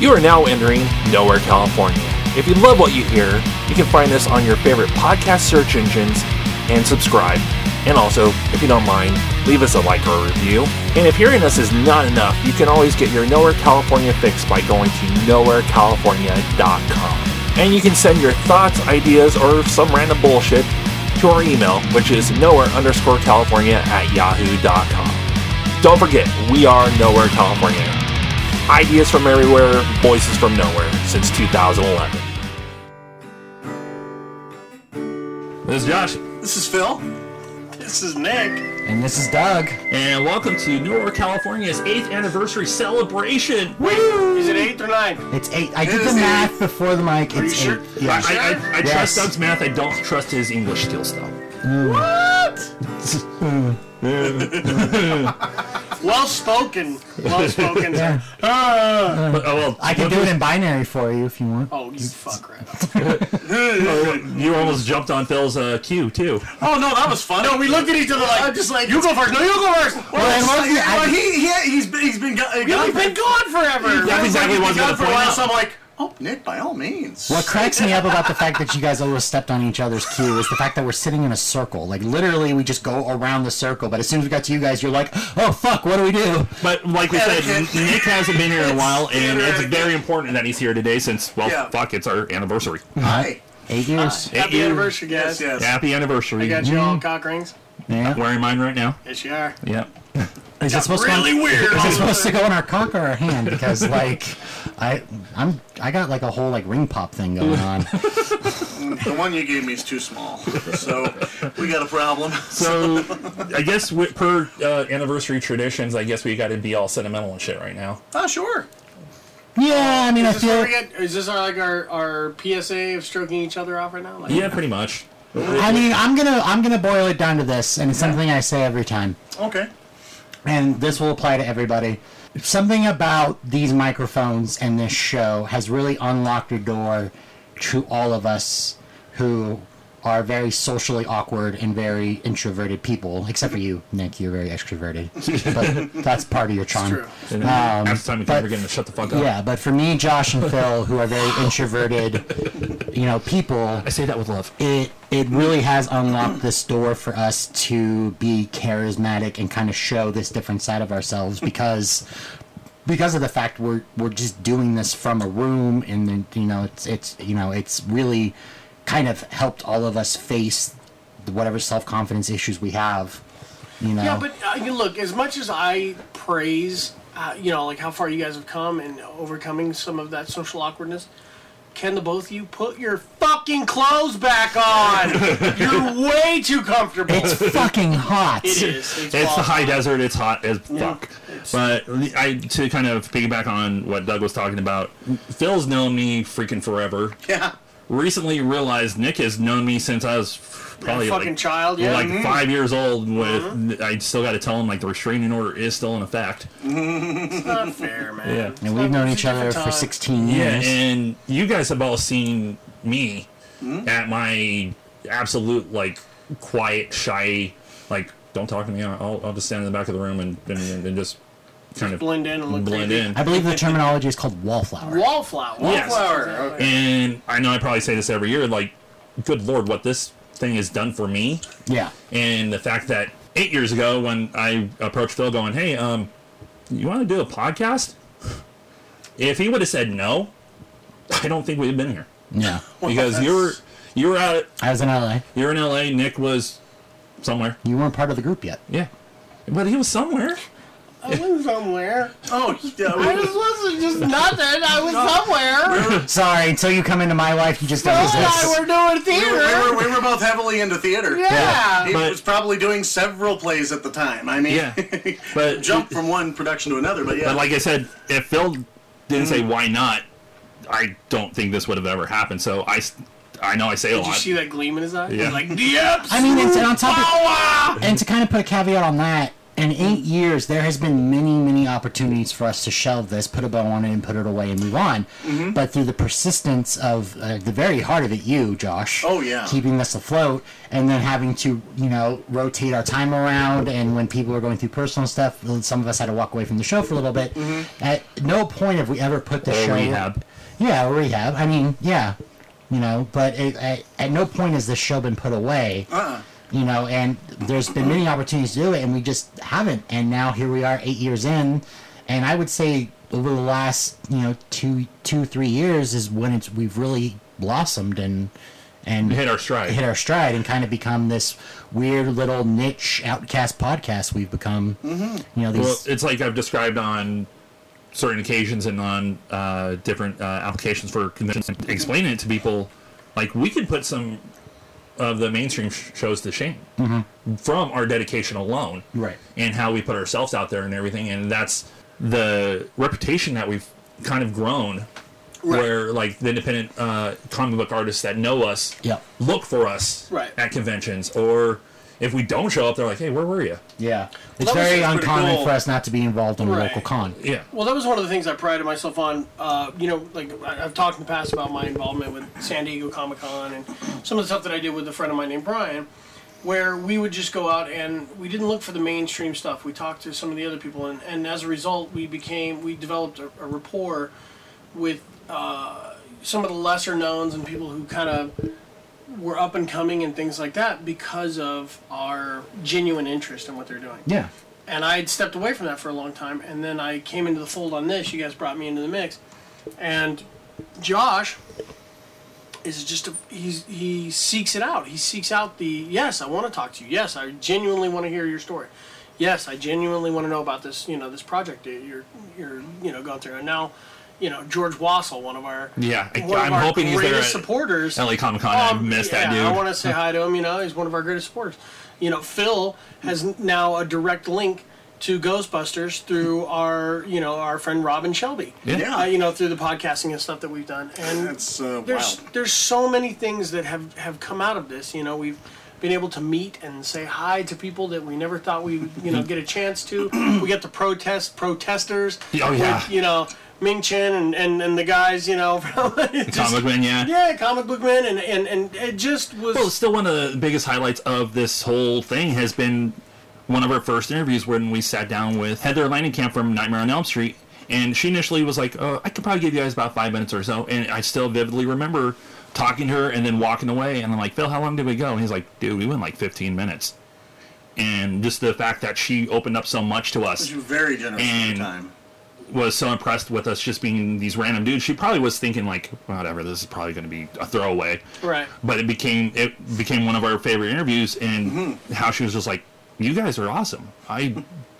You are now entering Nowhere, California. If you love what you hear, you can find us on your favorite podcast search engines and subscribe. And also, if you don't mind, leave us a like or a review. And if hearing us is not enough, you can always get your Nowhere California fix by going to nowherecalifornia.com. And you can send your thoughts, ideas, or some random bullshit to our email, which is nowhere underscore California at yahoo.com. Don't forget, we are Nowhere California. Ideas from everywhere, voices from nowhere since 2011. This is Josh. This is Phil. This is Nick. And this is Doug. And welcome to Newark, California's 8th anniversary celebration. Is it eighth or ninth? It's eight. I It did is the math eight. before the mic. Are you It's sure? eight. Yeah. I, I, I Yes. trust Doug's math. I don't trust his English skills, though. Well spoken. Well spoken. Yeah. But, oh, well, I can do it in binary for you if you want. Oh, you fuck right up. You almost jumped on Phil's uh, cue, too. Oh no, that was fun. No, we looked at each other like, just like you go first. No, you go first. Well, and it's what's like- the- I- well, he, he he's been he's been go- gone. he's been gone forever. That's exactly what I was gonna he's been gone for a point while. out. So I'm like, oh Nick, by all means. What cracks me up about the fact that you guys always stepped on each other's cue is the fact that we're sitting in a circle. Like literally, we just go around the circle. But as soon as we got to you guys, you're like, "Oh fuck, what do we do?" But like we said, Etiquette. Nick hasn't been here in a while, and It's it's very important that he's here today since, well, Yeah. fuck, it's our anniversary. Hi. Eight years. Eight Happy years. anniversary, guys. Yes, Mm-hmm. yes. Happy anniversary. I got you all cock rings. Yeah. I'm Wearing mine right now. Yes, you are. Yeah. Is it supposed Really to? Go, weird. is it supposed to go in our cock or our hand? Because like, I I'm I got like a whole like ring pop thing going on. the one you gave me is too small, so we got a problem. So I guess wi- per uh, anniversary traditions, I guess we got to be all sentimental and shit right now. Ah, Oh, sure. Yeah, I mean, I Is this, where feel. we get, is this our, like our, our PSA of stroking each other off right now? Like, Yeah, pretty much. I mean, I'm gonna I'm gonna boil it down to this, and it's something I say every time, Okay. and this will apply to everybody. Something about these microphones and this show has really unlocked a door to all of us who are very socially awkward and very introverted people. Except for you, Nick, you're very extroverted, but that's part of your charm. true. And half the time you Um, but- think we're getting to shut the fuck up. Yeah, but for me, Josh and Phil, who are very introverted, you know, people, I say that with love. it it really has unlocked this door for us to be charismatic and kind of show this different side of ourselves because because of the fact we're we're just doing this from a room and then you know it's it's you know it's really kind of helped all of us face whatever self confidence issues we have. You know. Yeah, but uh, you look, as much as I praise, uh, you know, like how far you guys have come and overcoming some of that social awkwardness, can the both of you put your fucking clothes back on? You're way too comfortable. it's fucking hot. it is. It's, It's the awesome. high desert. It's hot as fuck. But I to kind of piggyback on what Doug was talking about. Phil's known me freaking forever. Yeah. Recently realized Nick has known me since I was probably fucking like, child, yeah. Uh-huh. like Mhm. five years old. With I still got to tell him like the restraining order is still in effect. It's not fair, man. Yeah. It's And we've not- known it's each a other different for time. 16 Yeah, years. and you guys have all seen me at my absolute like quiet, shy, like don't talk to me. I'll, I'll just stand in the back of the room and and, and just kind of blend in and look blend creepy. in. I believe the terminology is called wallflower. Wallflower. Yes. Wallflower. Wallflower, exactly. And I know I probably say this every year, like, good lord, what this thing has done for me. yeah. And the fact that eight years ago, when I approached Phil, going, "Hey, um, you want to do a podcast?" If he would have said no, I don't think we'd have been here Yeah. because you're you're out I was in LA. you're in L.A. Nick was somewhere. You weren't part of the group yet. Yeah, but he was somewhere. I went somewhere. Oh, yeah. I we- just wasn't just nothing. I was somewhere. Sorry, until you come into my life, you just Phil don't and I exist. were doing we, were, theater. we were both heavily into theater. He Yeah. But- was probably doing several plays at the time. I mean, Yeah, but jump from one production to another, but yeah. But like I said, if Phil didn't Mm. say why not, I don't think this would have ever happened. So I, s- I know I say a Did you lot. see that gleam in his eye? Yeah. He's like, yep. I mean, and, to- on top of, and to kind of put a caveat on that, in eight years, there has been many, many opportunities for us to shelve this, put a bow on it, and put it away and move on. Mm-hmm. But through the persistence of uh, the very heart of it, you, Josh. Oh, yeah. Keeping us afloat, and then having to, you know, rotate our time around, and when people are going through personal stuff, some of us had to walk away from the show for a little bit. Mm-hmm. At no point have we ever put the Or show rehab. Yeah, or rehab. I mean, yeah, you know, but it, at, at no point has this show been put away Uh-uh. you know and there's been many opportunities to do it and we just haven't and now here we are eight years in and i would say over the last you know two two three years is when it's we've really blossomed and and Hit our stride. hit our stride and kind of become this weird little niche outcast podcast we've become you know these Well, it's like I've described on certain occasions and on uh, different uh, applications for conventions, and explaining it to people. Like we could put some of the mainstream sh- shows to shame Mm-hmm. from our dedication alone, Right. And how we put ourselves out there and everything, and that's the reputation that we've kind of grown. Where like the independent uh, comic book artists that know us Yep. look for us Right. at conventions, or if we don't show up, they're like, "Hey, where were you?" yeah that it's was very just pretty uncommon cool. for us not to be involved in a Right. local con Yeah, Well, that was one of the things I prided myself on. Uh, you know, like I- I've talked in the past about my involvement with San Diego Comic Con and some of the stuff that I did with a friend of mine named Brian, where we would just go out and we didn't look for the mainstream stuff. We talked to some of the other people, and, and as a result, we became we developed a, a rapport with uh, some of the lesser knowns and people who kind of were up and coming and things like that because of our genuine interest in what they're doing yeah and I had stepped away from that for a long time, and then I came into the fold on this. You guys brought me into the mix, and Josh is just a, he's he seeks it out. He seeks out the yes, I want to talk to you. Yes, I genuinely want to hear your story. Yes, I genuinely want to know about this. You know this project that you're you're you know going through, and now you know George Wassel, one of our yeah. I, one I'm of our hoping he's greatest there. at- supporters. LA Comic Con. I Um, missed yeah, that dude. I want to say hi to him. You know, he's one of our greatest supporters. You know, Phil has n- now a direct link to Ghostbusters through our, you know, our friend Robin Shelby. Yeah. Uh, you know, through the podcasting and stuff that we've done, and That's uh, there's wild. there's so many things that have have come out of this. You know, we've been able to meet and say hi to people that we never thought we would, Mm-hmm. you know, get a chance to. We get to protest protesters. Oh, yeah. with, you know, Ming Chen and, and, and the guys, you know, from just- Comic Man, yeah. yeah, comic book man, and and, and it just was. Well, still one of the biggest highlights of this whole thing has been one of our first interviews when we sat down with Heather Langenkamp from Nightmare on Elm Street, and she initially was like, "Oh, I could probably give you guys about five minutes or so," and I still vividly remember talking to her and then walking away, and I'm like, "Phil, how long did we go?" And he's like, "Dude, we went like 15 minutes," and just the fact that she opened up so much to us She was very generous at And- the time. was so impressed with us just being these random dudes. She probably was thinking like, whatever, this is probably going to be a throwaway. Right. But it became it became one of our favorite interviews, and Mm-hmm. how she was just like, "You guys are awesome. I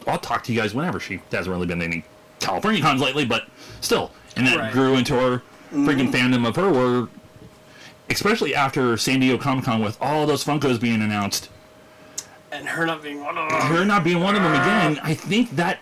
I'll talk to you guys whenever." She hasn't really been to any California cons lately, but still, and that Right. Mm-hmm. grew into our freaking fandom of her. Where, especially after San Diego Comic Con, with all those Funkos being announced, and her not being one of them. her not being one of them again, I think that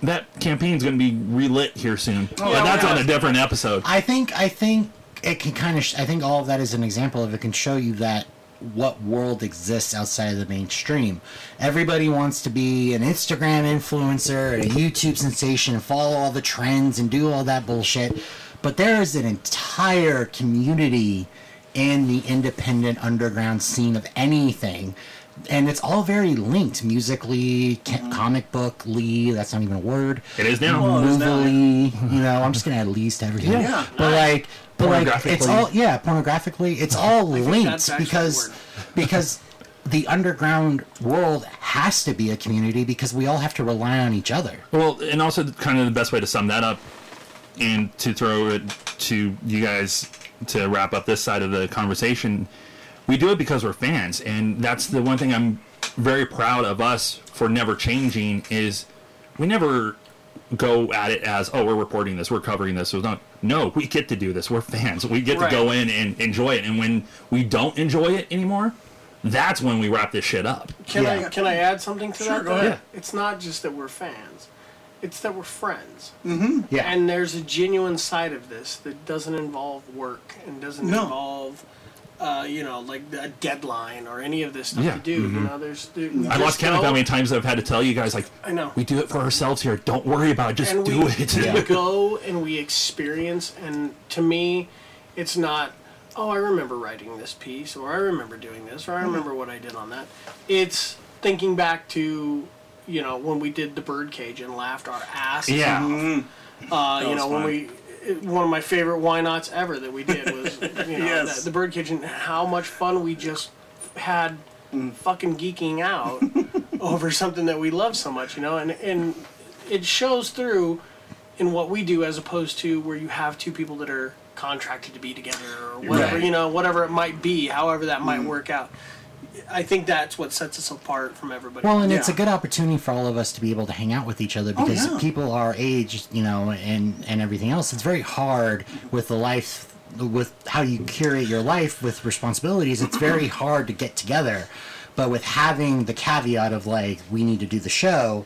that campaign's going to be relit here soon. but that's Oh, yeah. on a different episode. I think I think it can kind of. Sh- I think all of that is an example of it can show you that what world exists outside of the mainstream. Everybody wants to be an Instagram influencer and a YouTube sensation and follow all the trends and do all that bullshit, but there is an entire community in the independent underground scene of anything. And it's all very linked musically, ca- comic bookly. That's not even a word It is now. movily, you know, I'm just gonna add least to everything. Yeah. But like but like it's Pornographically. all yeah, pornographically, it's all that's linked actually because the because the underground world has to be a community because we all have to rely on each other. Well, and also kind of the best way to sum that up and to throw it to you guys to wrap up this side of the conversation, we do it because we're fans, and that's the one thing I'm very proud of us for never changing is we never go at it as oh we're reporting this we're covering this so not no we get to do this we're fans we get Right. to go in and enjoy it and when we don't enjoy it anymore that's when we wrap this shit up Can Yeah. I can I add something to Sure, that? go though? ahead. It's not just that we're fans; it's that we're friends. Mm-hmm. Yeah. And there's a genuine side of this that doesn't involve work and doesn't No. involve uh, you know, like a deadline or any of this stuff Yeah. Mm-hmm. to do. You know, there's. There, I lost count of how many times I've had to tell you guys, like, I know. we do it for ourselves here. Don't worry about it. Just and do we, it. we go and we experience and to me it's not oh i remember writing this piece or i remember doing this or Mm-hmm. i remember what i did on that it's thinking back to you know when we did the birdcage and laughed our asses yeah. off. Uh, you was know when fun. we it- one of my favorite why nots ever that we did was you know Yes. the, the birdcage and how much fun we just had Mm. fucking geeking out over something that we love so much you know and and it shows through in what we do as opposed to where you have two people that are contracted to be together or whatever Right. you know whatever it might be however that Mm. might work out i think that's what sets us apart from everybody Well, and it's a Yeah. good opportunity for all of us to be able to hang out with each other because Oh, yeah. people our age, you know, and and everything else. It's very hard with the life, with how you curate your life with responsibilities. It's very hard to get together, but with having the caveat of like we need to do the show.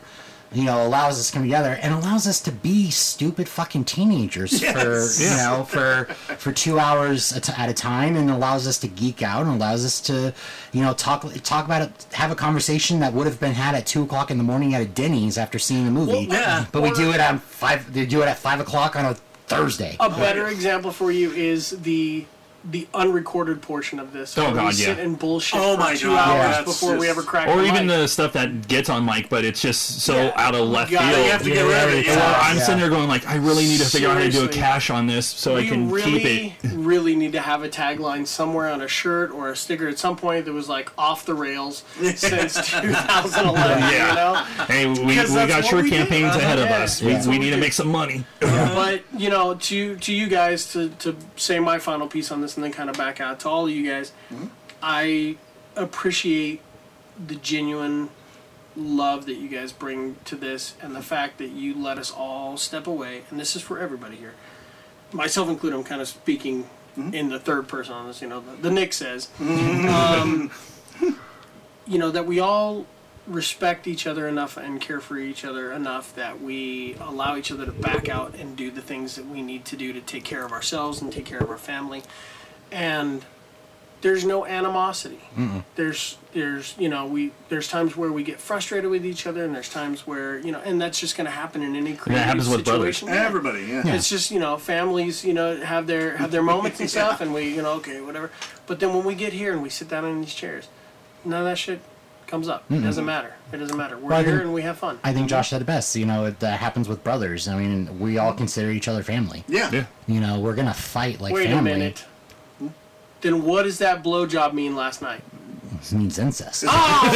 You know, allows us to come together and allows us to be stupid fucking teenagers Yes. for you know for for two hours at at a time and allows us to geek out and allows us to you know talk talk about it have a conversation that would have been had at two o'clock in the morning at a denny's after seeing the movie Well, yeah. but we Or- do it at five they do it at five o'clock on a thursday A better example for you is the the unrecorded portion of this. Oh, where God, we sit yeah. and bullshit Oh, for my two God, hours that's before we just- ever crack. Or the even mic. the stuff that gets on mic, but it's just so Yeah. out of left You gotta- field. you have to get rid of it, Or yeah. I'm Yeah. sitting there going, like, I really need to figure out how to do a Seriously. cache on this so I We can really, keep it. really need to have a tagline somewhere on a shirt or a sticker at some point that was like off the rails since 2011. You know. Hey, we, we Because that's got what short we do. Uh-huh. campaigns ahead of Yeah. us. That's We, we what we need to do. make some money. but you know to to you guys to to say my final piece on this and then kind of back out to all of you guys i appreciate the genuine love that you guys bring to this and the fact that you let us all step away and this is for everybody here myself included i'm kind of speaking Mm-hmm. in the third person on this you know the, the nick says um, you know that we all respect each other enough and care for each other enough that we allow each other to back out and do the things that we need to do to take care of ourselves and take care of our family and there's no animosity there's there's you know we there's times where we get frustrated with each other and there's times where you know and that's just going to happen in any creative happens with brothers. situation Everybody, yeah. it's just you know families you know have their have their moments and stuff and we you know okay whatever but then when we get here and we sit down in these chairs none of that shit comes up it doesn't matter it doesn't matter we're Well, I here think- and we have fun i think josh said it best you know it uh, happens with brothers i mean we all consider each other family Yeah. you know we're gonna fight like wait family a minute then what does that blowjob mean last night This means incest Oh.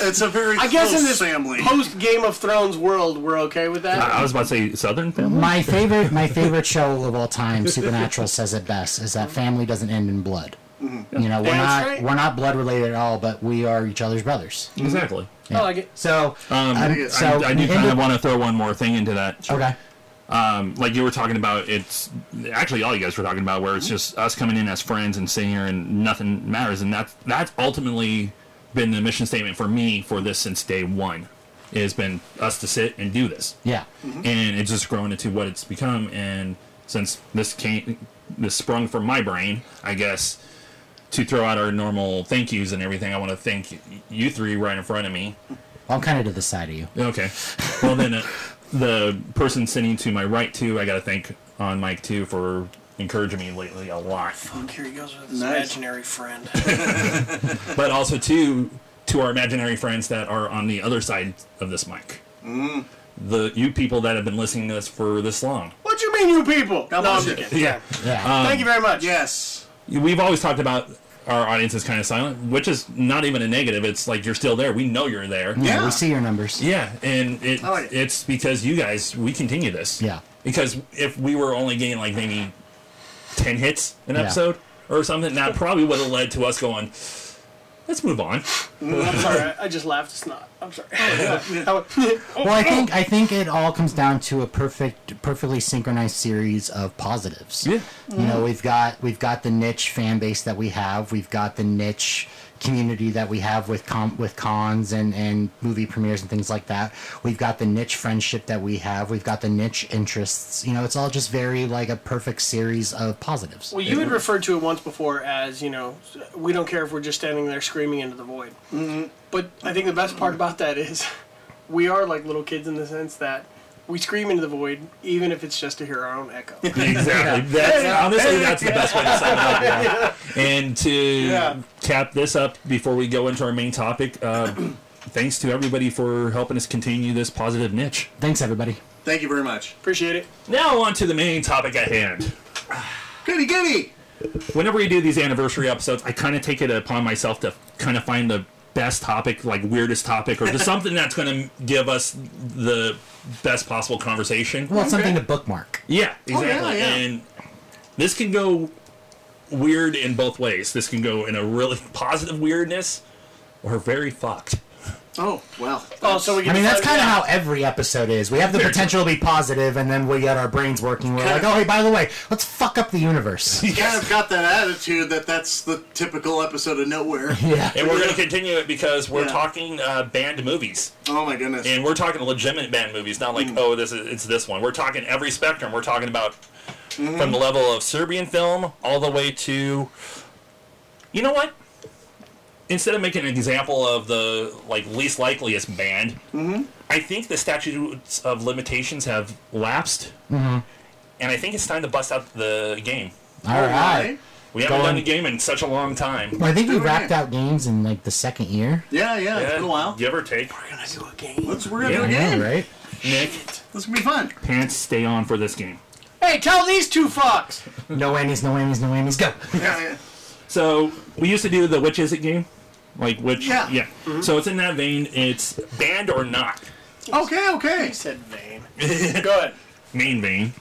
It's a very i guess close in this family. post game of thrones world we're okay with that I I was about to say Southern family. my favorite my favorite show of all time supernatural says it best is that family doesn't end in blood you know we're That's not right. we're not blood related at all but we are each other's brothers Exactly. Oh, i like it so Um, um, Mm-hmm. so I, I do kind Nintendo- of Oh, want to throw one more thing into that. okay Um, like you were talking about, it's actually all you guys were talking about, where it's just us coming in as friends and sitting here and nothing matters, and that's that's ultimately been the mission statement for me for this since day one. It has been us to sit and do this, yeah and it's just grown into what it's become. And since this came, this sprung from my brain, I guess to throw out our normal thank yous and everything. I want to thank y- you three right in front of me. i'm kind of to the side of you Okay. Well, then uh, the person sitting to my right too, I got to thank on Mike too for encouraging me lately a lot. Fuck, here he goes with his Nice. imaginary friend But also too to our imaginary friends that are on the other side of this mic. The you people that have been listening to us for this long. what you mean you people no, I'm bullshit. just kidding. Yeah. yeah thank you very much Yes. We've always talked about our audience is kind of silent, which is not even a negative. It's like you're still there. We know you're there. yeah, yeah. we see your numbers Yeah, and it, I like it. it's because you guys we continue this. Yeah. Because if we were only getting like maybe ten hits an Yeah. episode or something, that probably would have led to us going, let's move on. i'm sorry I- i just laughed it's not i'm sorry That was- well i think i think it all comes down to a perfect perfectly synchronized series of positives You know, we've got we've got the niche fan base that we have. We've got the niche community that we have with com- with cons and and movie premieres and things like that. We've got the niche friendship that we have. We've got the niche interests. You know, it's all just very like a perfect series of positives. Well, you had referred to it once before as, you know, we don't care if we're just standing there screaming into the void. Mm-hmm. But I think the best part about that is we are like little kids in the sense that we scream into the void, even if it's just to hear our own echo. Exactly. That's honestly that's the best way to sum it up. yeah. And to Yeah. cap this up before we go into our main topic, uh, thanks to everybody for helping us continue this positive niche. Thanks everybody. Thank you very much. Appreciate it. Now on to the main topic at hand. Goody, goody. Whenever we do these anniversary episodes, I kind of take it upon myself to kind of find the best topic, like weirdest topic, or just something that's going to give us the best possible conversation. Well, it's something to bookmark. Yeah, exactly. yeah. And this can go weird in both ways. This can go in a really positive weirdness or very fucked. Oh, well. Oh, so we can I mean, that's decide- kind of how every episode is. We have the potential to be positive, and then we get our brains working. We're like, oh, hey, by the way, let's fuck up the universe. You kind of got that attitude that that's the typical episode of Nowhere. yeah. And we're going to continue it because we're Yeah. talking uh, banned movies. Oh, my goodness. And we're talking legitimate banned movies, not Hmm. like, oh, this is, it's this one. We're talking every spectrum. We're talking about from the level of Serbian film all the way to. You know what? Instead of making an example of the like least likeliest band, Mm-hmm. I think the statutes of limitations have lapsed, and I think it's time to bust out the game. All right. We haven't done Going- a game in such a long time. Well, I think we Doing wrapped it. out games in like the second year. Yeah, yeah, It's been a while. Give or take. We're gonna do a game. Let's, we're going to Yeah. do it Yeah, again. right. Nick, This is going to be fun. pants stay on for this game. Hey, tell these two fucks. No whammies, no whammies, no whammies. Go. Yeah, yeah. So we used to do the which is it game, like which Yeah. So it's in that vein. It's banned or not. Okay, okay. He said vain. Go ahead. Main vein.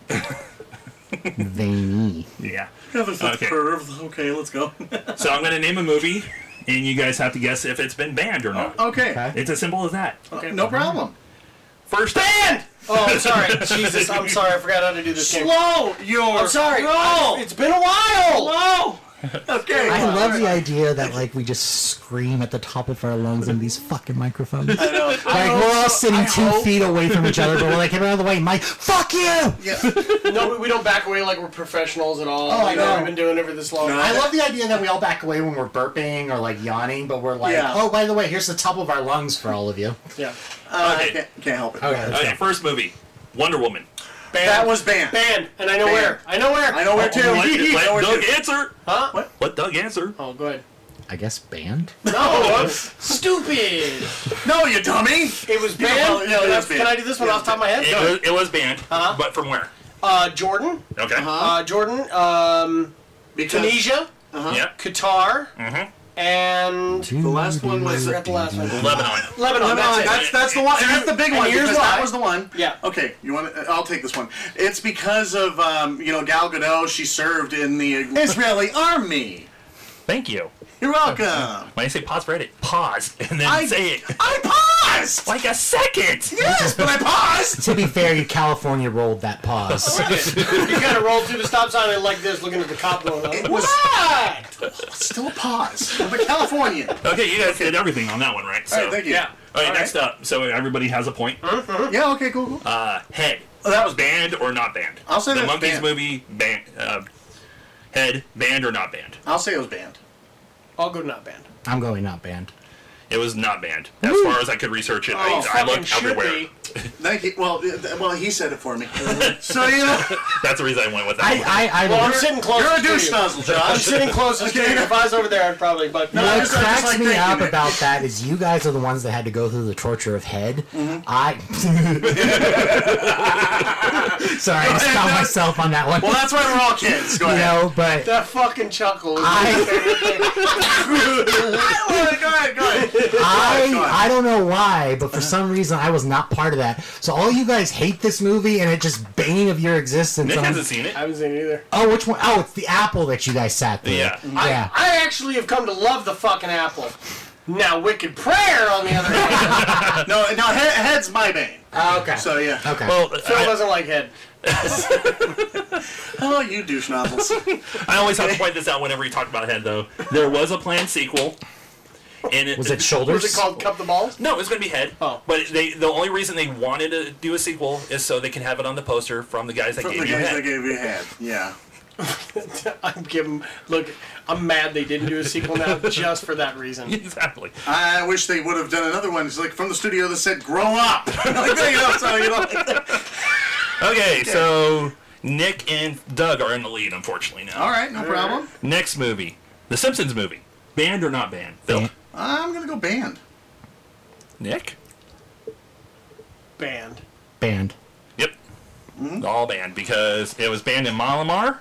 Veiny. Yeah. Okay. Okay. Curve. okay, let's go. So I'm gonna name a movie, and you guys have to guess if it's been banned or not. okay. Okay. It's as simple as that. Uh, No problem. First banned. Oh, I'm sorry. Jesus, I'm sorry. I forgot how to do this game. Slow your I'm sorry. roll. It's been a while. Slow. Okay. I love the idea that like we just scream at the top of our lungs in these fucking microphones. like we're all sitting two feet away from each other, but we're like, get out of the way, Mike. Fuck you. No, we- we don't back away like we're professionals at all. Oh, you know, no. we've been doing it for this long. I love the idea that we all back away when we're burping or like yawning, but we're like, Yeah. oh, by the way, here's the top of our lungs for all of you. Yeah. I okay. can't, can't help it. Okay, let's Okay. go. First movie, Wonder Woman. That was banned. Banned, and I know Banned. where. I know where. I know where too. Let, I know let where Doug too. answer. Huh? Let Doug answer. Oh, go ahead. I guess band. No, I'm stupid. No, you dummy. It was You know, banned. yeah, it Can I- was banned. Can I do this one It off was the top of my It head? was, it was banned, but from where? Uh, Jordan. Okay. Uh, Jordan. Um, Because Tunisia. Yeah. Qatar. Mm-hmm. And The last one I was forgot the last one. Lebanon. Lebanon. No, no, that's it. that's Oh, that's the one. And That's the big and one. here's because that why. was the one. Yeah. Okay. You want? To, I'll take this one. It's because of um, you know Gal Gadot. She served in the Israeli army. Thank you. You're welcome. When I say pause for edit, pause and then I say it I paused. like a second. Yes, but I paused. to be fair, you California rolled that pause. you gotta roll through the stop sign and like this, looking at the cop going up. What? Still a pause. I'm a Californian. All Okay, you guys did everything on that one, right? So, right. Thank you. Yeah. All right, next up. So everybody has a point. Yeah. Okay. Cool. cool. Uh, head. That was banned or not banned. I'll say the that's monkeys banned. movie banned. Uh, head banned or not banned. I'll say it was banned. I'll go not banned. I'm going not banned. It was not banned. As far as I could research it, Oh, I, I fucking looked should everywhere. be. Thank you. Well, th- th- well, he said it for me. so you know, That's the reason I went with that. one. I, I, I Well, I'm sitting close. you're a to douche you. nozzle, I'm Josh. sitting closest to you. If I was over there, I'd probably. But no, I What just- I just cracks like me thinking up it. about that is you guys are the ones that had to go through the torture of head. I. Sorry, I just found myself on that one. well, that's why we're all kids. Go you ahead. know, but that fucking chuckle. was I- my favorite thing. Go ahead. Go ahead. I God. I don't know why, but for some reason I was not part of that. So all you guys hate this movie and it just bane of your existence. Nick I'm- hasn't seen it. I haven't seen it either. oh, which one? Oh, it's the apple that you guys sat through. Yeah. yeah. I actually have come to love the fucking apple. Now, Wicked Prayer, on the other hand, No, no, he- head's my bane. okay. So yeah. okay. Well, Phil I, doesn't like head. Oh, you douche nozzles. I always have to point this out whenever you talk about Head, though. There was a planned sequel. And it, Was it Was shoulders? it called Cup the Balls? No, it's going to be Head. Oh. But they the only reason they wanted to do a sequel is so they can have it on the poster from the guys that From gave the you guys Head. that gave you head. Yeah. I'm giving. Look, I'm mad they didn't do a sequel now just for that reason. exactly. I wish they would have done another one. It's like from the studio that said "Grow up." like there you go. So you know. Okay, so Nick and Doug are in the lead, unfortunately now. All right, no problem. Next movie, The Simpsons movie, banned or not banned? Phil, I'm gonna go band. Nick. Banned. Banned. Yep. All banned because it was banned in Malamar.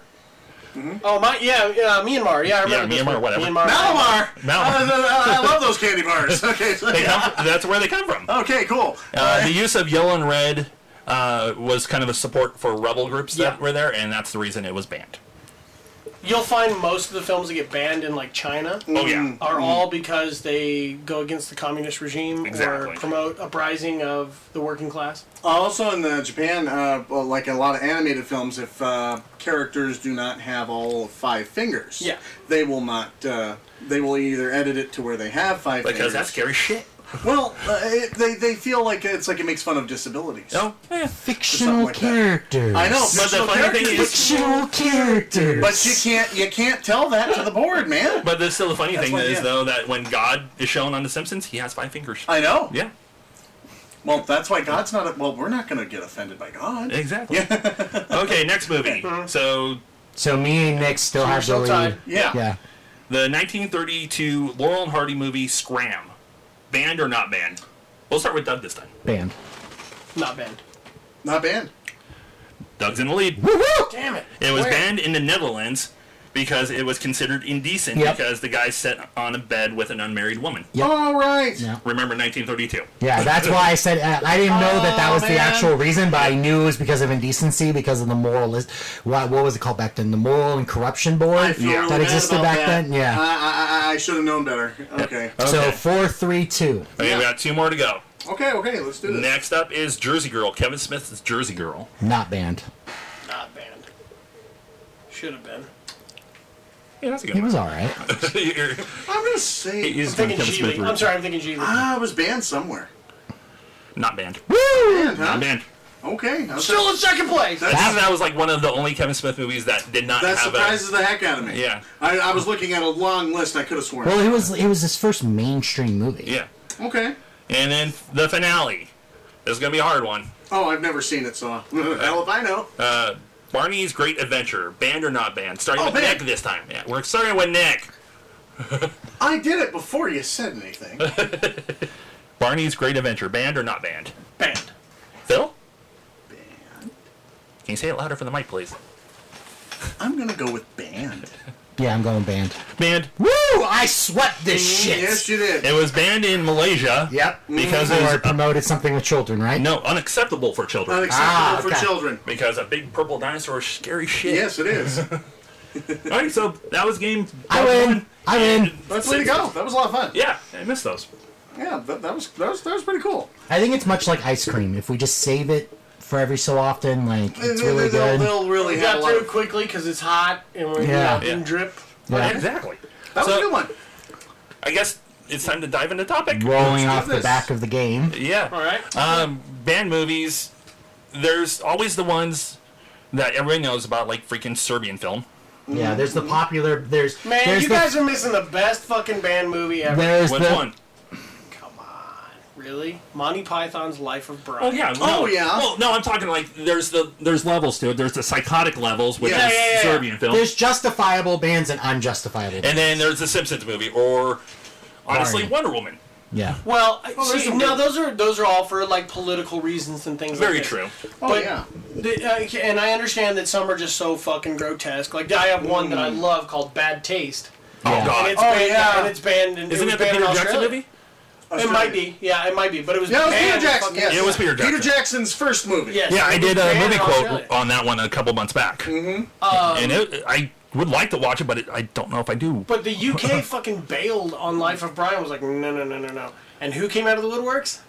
Oh my, yeah, yeah, Myanmar. Yeah, Yeah, I remember this Myanmar, one. whatever. Myanmar. Malamar. Malamar. I, I love those candy bars. Okay. So, They come that's where they come from. Okay. Cool. Uh, the use of yellow and red uh, was kind of a support for rebel groups that Yeah. were there, and that's the reason it was banned. You'll find most of the films that get banned in like China Oh yeah. are all because they go against the communist regime Exactly. or promote uprising of the working class. Also in the Japan, uh, well, like a lot of animated films, if uh, characters do not have all five fingers, Yeah. they will not. Uh, they will either edit it to where they have five Because fingers. that's scary shit. Well, uh, it, they they feel like it's like it makes fun of disabilities. No. Fictional like that. characters. I know, But the fictional funny thing characters, is, Fictional characters. but you can't you can't tell that to the board, man. but the still the funny thing why- is yeah. though that when God is shown on The Simpsons, he has five fingers. I know. yeah. Well, that's why God's not. A, well, we're not going to get offended by God. Exactly. okay, next movie. So So me and Nick still have the still lead. tied. Yeah. Yeah. the 1932 Laurel and Hardy movie Scram, banned or not banned? We'll start with Doug this time. Banned. Not banned. Not bad. Doug's in the lead. Damn it. It was Where? banned in the Netherlands because it was considered indecent Yep. because the guy sat on a bed with an unmarried woman. All right. Yeah. Remember 1932. Yeah, that's why I said uh, I didn't know that that was the Oh, man. actual reason, but I knew it was because of indecency, because of the moral list. What, what was it called back then? The moral and corruption board I feel really that bad existed about back that. then. Yeah. I, I, I should have known better. Okay. So Okay. four, three, two. Okay, we got two more to go. Okay. Okay. Let's do this. Next up is Jersey Girl. Kevin Smith's Jersey Girl. Not banned. Not banned. Should have been. Yeah, that's a good He was all right. You're- I'm going to say He's I'm thinking Kevin Geely. Smith. I'm sorry, I'm thinking Geely. I was banned somewhere. not banned. Banned, huh? Not banned. Okay. I was- Still in second place. I think that was like one of the only Kevin Smith movies that did not have that surprises the heck out of me. Yeah. I, I was looking at a long list. I could have sworn. Well, it was it was his first mainstream movie. a. Yeah. Okay. And then the finale. This is going to be a hard one. Oh, I've never seen it, so hell if I know. Barney's Great Adventure. Banned or not banned? Starting Oh, with banned. Nick this time. Yeah, we're starting with Nick. I did it before you said anything. Barney's Great Adventure. Banned or not banned? Banned. Phil? Can you say it louder for the mic, please? I'm going to go with banned. Yeah, I'm going banned. Banned. Woo! I swept this shit. Mm, Yes, you Mm, did. It was banned in Malaysia. Yep. Because it uh, Or was promoted something with children, right? no unacceptable for children. Unacceptable Ah, for okay. children. because a big purple dinosaur is scary shit. Yes, it is. All right, so that was game. I win. I win. That's the way to go. That was a lot of fun. Yeah, I missed those. Yeah, that, that was that was that was pretty cool. I think it's much like ice cream. If we just save it for every so often, like it's really They- they'll, good. they'll really We have a got lot. through Of, quickly because it's hot and we're Yeah. not in Yeah. drip. Yeah. Exactly. that was So- a good one. I guess it's time to dive into topic. Rolling Let's off do the this. back of the game. Yeah. All right. Um, band movies. There's always the ones that everybody knows about, like freaking Serbian film. Yeah, there's the popular. There's Man, there's you the, guys are missing the best fucking band movie ever. There's Which the one? Come on, really? Monty Python's Life of Brian. Oh yeah. Oh, no. yeah. Well, no, I'm talking like there's the there's levels to it. There's the psychotic levels, which Yeah, is yeah, yeah, yeah. Serbian film, there's justifiable bands and unjustifiable. and then there's the Simpsons movie, or honestly, Barney. Wonder Woman. yeah, Well, I- there's see, some no, good- those are those are all for like political reasons and things. Very like true. Oh But- yeah. That. The- uh, and I understand that some are just so fucking grotesque. Like I have one that I love called Bad Taste. Oh God. And it's Oh, banned. yeah. And it's banned. In, Isn't it was that the banned in Peter Jackson Australia. movie? It might be. Yeah, it might be. But it was. Yeah, it was banned Peter in Jackson. fucking- Yes. It was Peter Jackson. Peter Jackson's first movie. Yes, Yeah, I it did was a banned movie in quote Oh. Australia. Um, on that one a couple months back, mm-hmm. and it, I would like to watch it, but it, I don't know if I do. But the UK fucking bailed on Life of Brian. Was like, no, no, no, no, no. Mm-hmm. And who came out of the woodworks?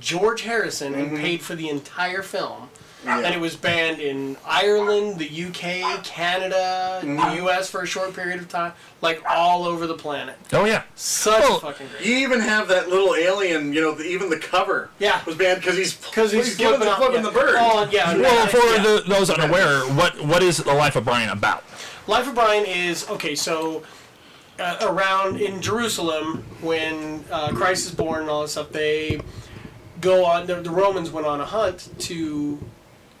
George Harrison, and paid for the entire film. And it was banned in Ireland, the UK, Canada, Mm-hmm. the US for a short period of time, like all over the planet. Oh yeah. Such Well, fucking great. You even have that little alien, you know, the, even the cover Yeah. was banned because he's Because he's, giving flipping, the, up- flipping yeah. the bird. Oh, yeah. Well, yeah, for yeah. tho- those unaware, what what is the life of Brian about? Life of Brian is okay. So uh, around in Jerusalem, when uh, Christ is born and all this stuff, they go on. The, the Romans went on a hunt to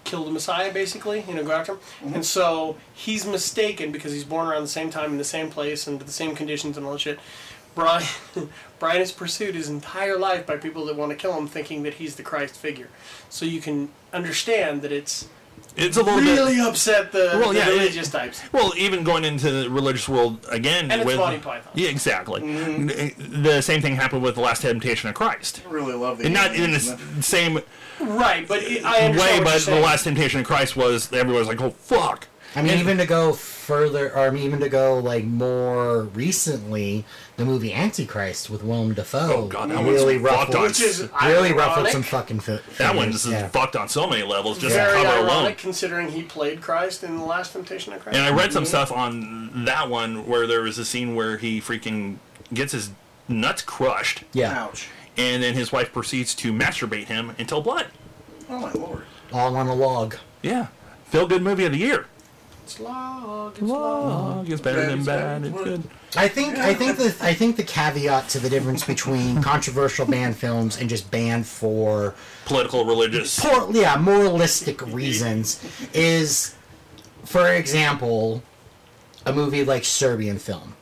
kill the Messiah, basically, you know, go after him. Mm-hmm. And so he's mistaken because he's born around the same time in the same place and the same conditions and all that shit. Brian, Brian is pursued his entire life by people that want to kill him, thinking that he's the Christ figure. So you can understand that it's It's a little really bit. upset the, Well, the yeah, it- religious types. Well, even going into the religious world again And it's with Monty Python. Mm-hmm. yeah, exactly. eh, The same thing happened with the Last Temptation of Christ, I really love the and not in the aliens. s- same Right, but it, Mm-hmm. I understand way. what you're But the saying. Last Temptation of Christ was everyone was like, "Oh fuck." I mean, even to go further, or I mean, even to go like more recently, the movie Antichrist with Willem Dafoe Oh, God, that one's really fucked ruffled, on. which is really ironic, ruffled some fucking. Fi- That fingers, one's yeah. fucked on so many levels. Just the very cover ironic, alone. considering he played Christ in the Last Temptation of Christ. And I read some stuff on that one where there was a scene where he freaking gets his nuts crushed, yeah, Ouch. and then his wife proceeds to masturbate him until blood. Oh my lord. all on a log. Yeah, feel good movie of the year. it's log, it's log. Oh, it's better than bad. It's good. I think I think the I think the caveat to the difference between controversial banned films and just banned for Political, religious. poor, yeah moralistic reasons is, for example, a movie like Serbian film.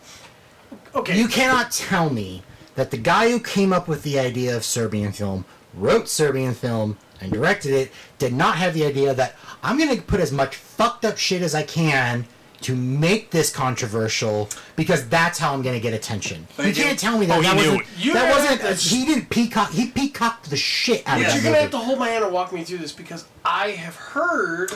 Okay, You cannot tell me that the guy who came up with the idea of Serbian film, wrote Serbian film, and directed it, did not have the idea that I'm going to put as much fucked up shit as I can to make this controversial because that's how I'm going to get attention. Thank you you. can't tell me that Oh, that he knew wasn't, it. You're that gonna wasn't have to- he didn't peacock he peacocked the shit out Yeah. of you're that gonna movie. have to hold my hand and walk me through this because I have heard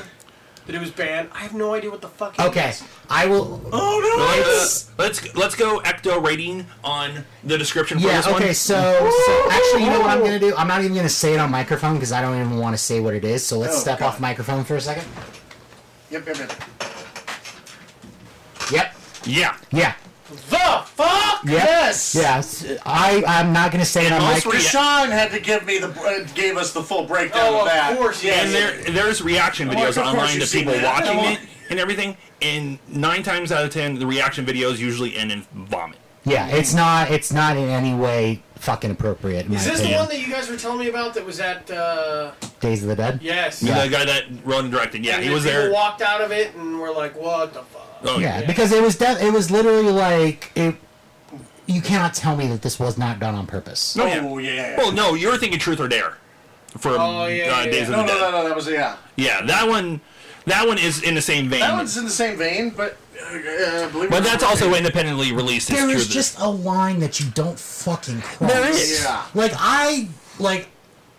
that it was banned. I have no idea what the fuck. It okay, is. I will Oh no! Let's Uh, let's let's go ecto rating on the description for Yeah. this Okay. one. So, so actually, you know what I'm gonna do? I'm not even gonna say it on microphone because I don't even want to say what it is. So let's Oh, step God. off microphone for a second. Yep, yep, yep. Yep. Yeah, Yeah. The fuck? Yes. Yes. I I'm not gonna say it on also- mic. Rashawn had to give me the uh, gave us the full breakdown Oh, of that. of course, yes. and there there's reaction Oh, of videos course online you've to seen people that. watching Come it and everything. And nine times out of ten, the reaction videos usually end in vomit. Yeah. It's not. It's not in any way fucking appropriate. In Is my this the opinion. one that you guys were telling me about that was at? Uh, Days of the Dead? yes. The guy that wrote and directed. Yeah, And he then was people there. Walked out of it and we're like, what the fuck? Oh, Yeah. Because it was. De- it was literally like it. You cannot tell me that this was not done on purpose. No, Oh, yeah. Well, no, you were thinking Truth or Dare for Oh, yeah, uh, yeah, Days yeah. of No, the no, Dead. no, no. That was yeah. Yeah, that one, that one is in the same vein. That one's in the same vein, but uh, uh, believe it or but that's not- also independently released. It's There true is that- just a line that you don't fucking cross. there is. Yeah. Like I like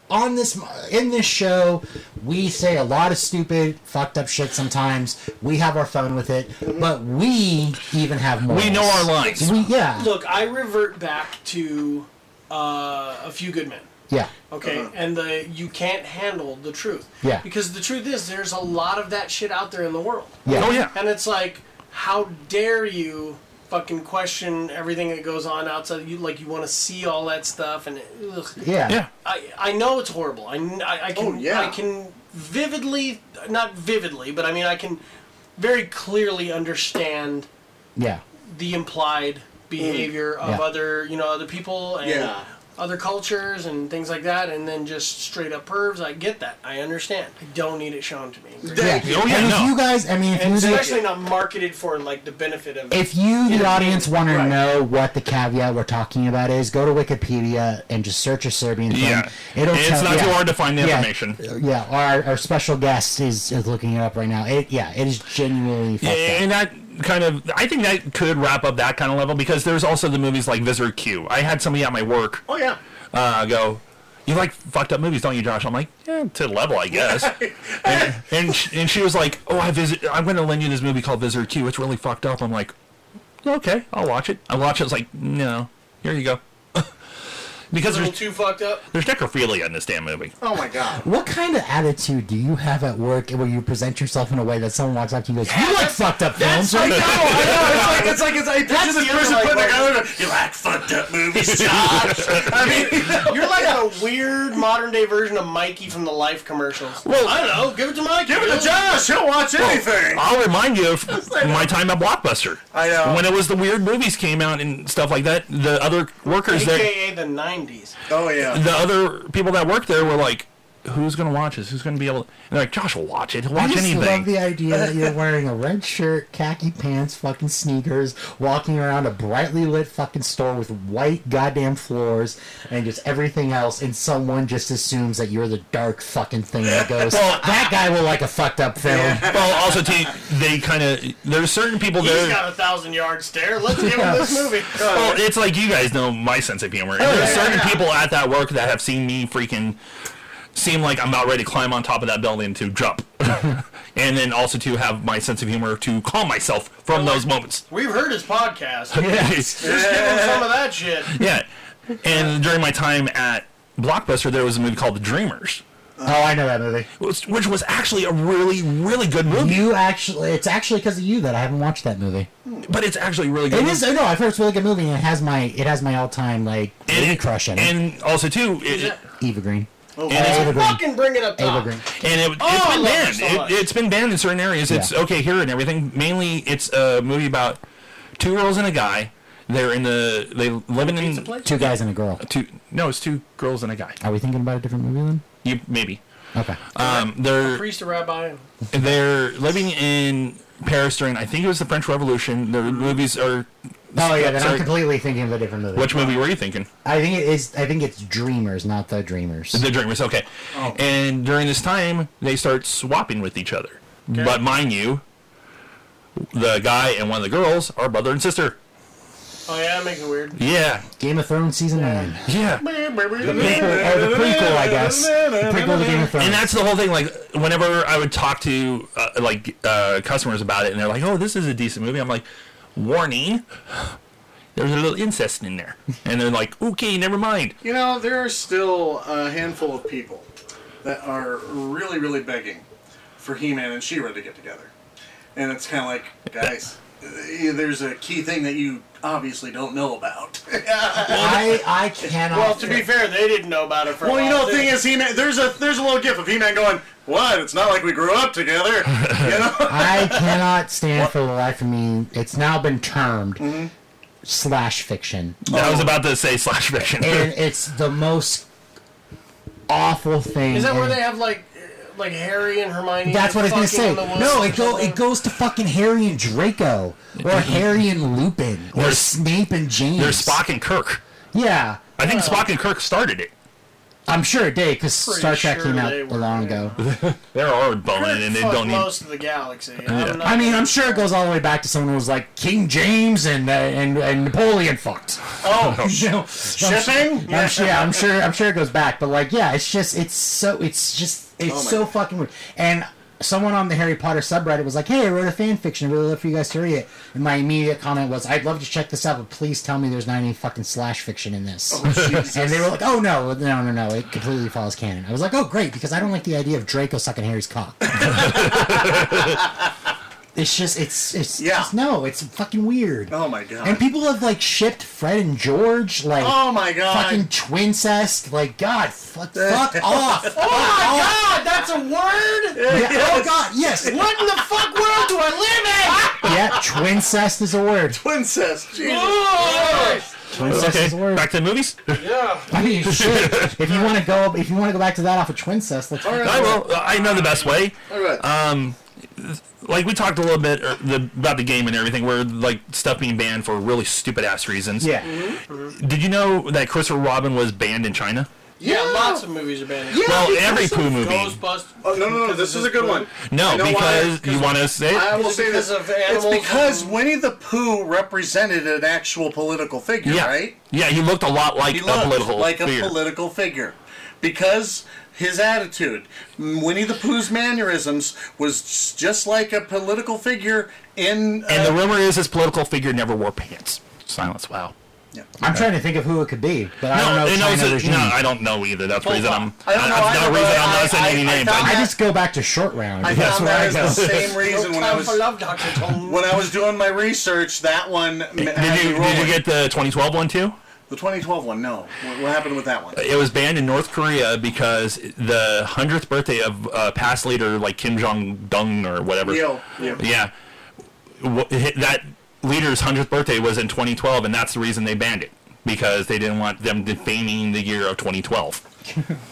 on this in this show, we say a lot of stupid, fucked up shit. Sometimes we have our fun with it, but we even have more. We know our lines. We, yeah, Look, I revert back to uh, a few good men. yeah, Okay, Uh-huh. and the you can't handle the truth. Yeah. Because the truth is, there's a lot of that shit out there in the world, yeah. Oh yeah. and it's like, how dare you fucking question everything that goes on outside? You like you want to see all that stuff, and ugh. yeah, Yeah. I I know it's horrible. I kn- I, I can Oh, yeah. I can vividly, not vividly, but I mean I can very clearly understand yeah. the implied behavior of Yeah. other you know other people and uh, Yeah. other cultures and things like that and then just straight up pervs i get that i understand i don't need it shown to me Yeah. Thank you. Oh yeah. And if No. you guys, I mean, if and you, the, especially not marketed for like the benefit of if you, the Yeah. audience, want Right. to know what the caveat we're talking about is, go to Wikipedia and just search a Serbian film. yeah. It'll it's tell- not too yeah. hard to find the Yeah. information. Yeah, our, our special guest is, is looking it up right now. It yeah, it is genuinely fucked up. And that kind of, I think that could wrap up that kind of level because there's also the movies like Visitor Q. I had somebody at my work Oh yeah. uh, go, "You like fucked up movies, don't you, Josh?" I'm like, "Yeah, to the level, I guess." and and she, and she was like, "Oh, I visit. I'm going to lend you this movie called Visitor Q. It's really fucked up." I'm like, "Okay, I'll watch it." I watch it. I was like, "No, here you go." because a little there's too fucked up. there's necrophilia in this damn movie. Oh my god. What kind of attitude do you have at work where you present yourself in a way that someone walks up to you and goes, You like fucked up films, I know, right? I know. It's like it's like it's. I picture That's this the other person putting like- their gun over. You like fucked up movies, Josh. I mean, You're like a weird modern day version of Mikey from the Life commercials. Well, I don't know. Give it to Mikey. give it to Josh. He'll watch anything. I'll remind you of my time at Blockbuster. I know. When it was the weird movies came out and stuff like that, the other workers there, AKA the 90s. Oh yeah. the other people that worked there were like, who's going to watch this? Who's going to be able to? And they're like, Josh will watch it. He'll I watch just love anything. the idea that you're wearing a red shirt, khaki pants, fucking sneakers, walking around a brightly lit fucking store with white goddamn floors and just everything else, and someone just assumes that you're the dark fucking thing that goes, Well, That guy will like a fucked up film. well, also, too, they kind of, there's certain people He's there. got a thousand yard stare. Let's give him this movie. well, it's like you guys know my sense of humor. And there's yeah, certain yeah. people at that work that have seen me freaking seem like I'm about ready to climb on top of that building to jump. and then also to have my sense of humor to calm myself from those moments. We've heard his podcast. Yes. Just give him some of that shit. Yeah. And during my time at Blockbuster, there was a movie called The Dreamers, Oh, I know that movie. which which was actually a really, really good movie. You actually, it's actually because of you that I haven't watched that movie. But it's actually really good. It is. No, I've heard it's a really good movie, and it has my it has my all time like And, lady crush in it. and also too, it, Eva and Green. Oh, it's, Ava Green. Fucking bring it up Ah. Ava top. Green. and it, Oh, has I been love her banned. so much. it, it's been banned in certain areas. It's Yeah. okay here and everything. Mainly, it's a movie about two girls and a guy. They're in the they living in Two guys and a girl. two. No, it's two girls and a guy. Are we thinking about a different movie then? You maybe. Okay. Um, they're Priest or rabbi. they're living in Paris during I think it was the French Revolution. The movies are. Oh yeah, then sorry, I'm completely thinking of a different movie. Which movie were you thinking? I think it is. I think it's Dreamers, not the Dreamers. The Dreamers. Okay. Oh. And during this time, they start swapping with each other. But mind you, the guy and one of the girls are brother and sister. Oh, yeah, that makes it weird. Yeah. Game of Thrones season nine. Yeah. Or the prequel, I guess. The prequel to Game of Thrones. And that's the whole thing. Like, whenever I would talk to uh, like uh, customers about it, and they're like, "Oh, this is a decent movie," I'm like, "Warning, there's a little incest in there," and they're like, "Okay, never mind." You know, there are still a handful of people that are really, really begging for He-Man and She-Ra to get together, and it's kind of like, guys, uh, there's a key thing that you obviously don't know about. I I cannot. Well, to be fair, they didn't know about it for a Well, you while, know, the too. thing is, He-Man. There's a there's a little gif of He-Man going, "What? It's not like we grew up together." You know. I cannot stand for the life of me. It's now been termed Mm-hmm. slash fiction. I was about to say slash fiction. Oh. and it's the most awful thing. Is that where and- they have like, uh, like Harry and Hermione? That's what I was gonna fucking say. in the woods No, or it go something? it goes to fucking Harry and Draco, or Harry and Lupin, or Mm-hmm. There's- Snape and James. There's Spock and Kirk. Yeah, I think Spock and Kirk started it. I'm sure it did because Pretty Star Trek sure came out they were, long yeah. ago. They're already boning, Kirk and they fucked don't need. most of the galaxy. I'm not- I mean, I'm sure it goes all the way back to someone who was like King James and uh, and, and Napoleon fucked. Oh, You know, I'm shipping? I'm sure, yeah, I'm sure. I'm sure it goes back, but like, yeah, it's just, it's so, it's just, it's so fucking weird. And someone on the Harry Potter subreddit was like, "Hey, I wrote a fan fiction. I'd really love for you guys to read it." And my immediate comment was, "I'd love to check this out, but please tell me there's not any fucking slash fiction in this." Oh, and they were like, "Oh no, no, no, no! It completely follows canon." I was like, "Oh great," because I don't like the idea of Draco sucking Harry's cock. It's just, it's, it's, Yeah. just, no, it's fucking weird. Oh my god. And people have like shipped Fred and George, like Oh my god. fucking twincest. Like God, fuck, fuck off. oh my God, that's a word. Yeah, oh God, yes. What in the fuck world do I live in? Yeah, twincest is a word. Princess. Jesus. Oh, Twincest is a Okay, word. back to the movies. yeah. I mean, shit. If you want to go, if you want to go back to that off of twincest, let's. I will. I know the best way. All right. Uh, Like we talked a little bit er, the, about the game and everything, where like stuff being banned for really stupid ass reasons. Yeah. Did you know that Christopher Robin was banned in China? yeah, lots of movies are banned. Yeah, well, because every of poo movie. Ghostbusters. Oh, no, no, no. This is a good one. No, You know why? because you want to say I will Is it say because this. of it's animals because and- Winnie the Pooh represented an actual political figure, yeah, right? yeah. He looked a lot like He a looked political like a figure. political figure because his attitude, Winnie the Pooh's mannerisms, was just like a political figure in. Uh, and the rumor is this political figure never wore pants. Silence. Wow. I'm trying to think of who it could be, but I don't know. it knows China it- regime. no, I don't know either. That's the reason I'm. I don't know that's either, the reason I'm but I- not saying I- any I names. found I- I just go back to short round. I That's found where that I is go. the same No reason when I time was for love, Doctor Tom. when I was doing my research. That one Did you did you get the 2012 one too? the 2012 one? No, what, what happened with that one? It was banned in North Korea because the hundredth birthday of uh, past leader like Kim Jong Dong or whatever. Yo, yo. Yeah, Wh- that leader's hundredth birthday was in 2012, and that's the reason they banned it because they didn't want them defaming the year of 2012.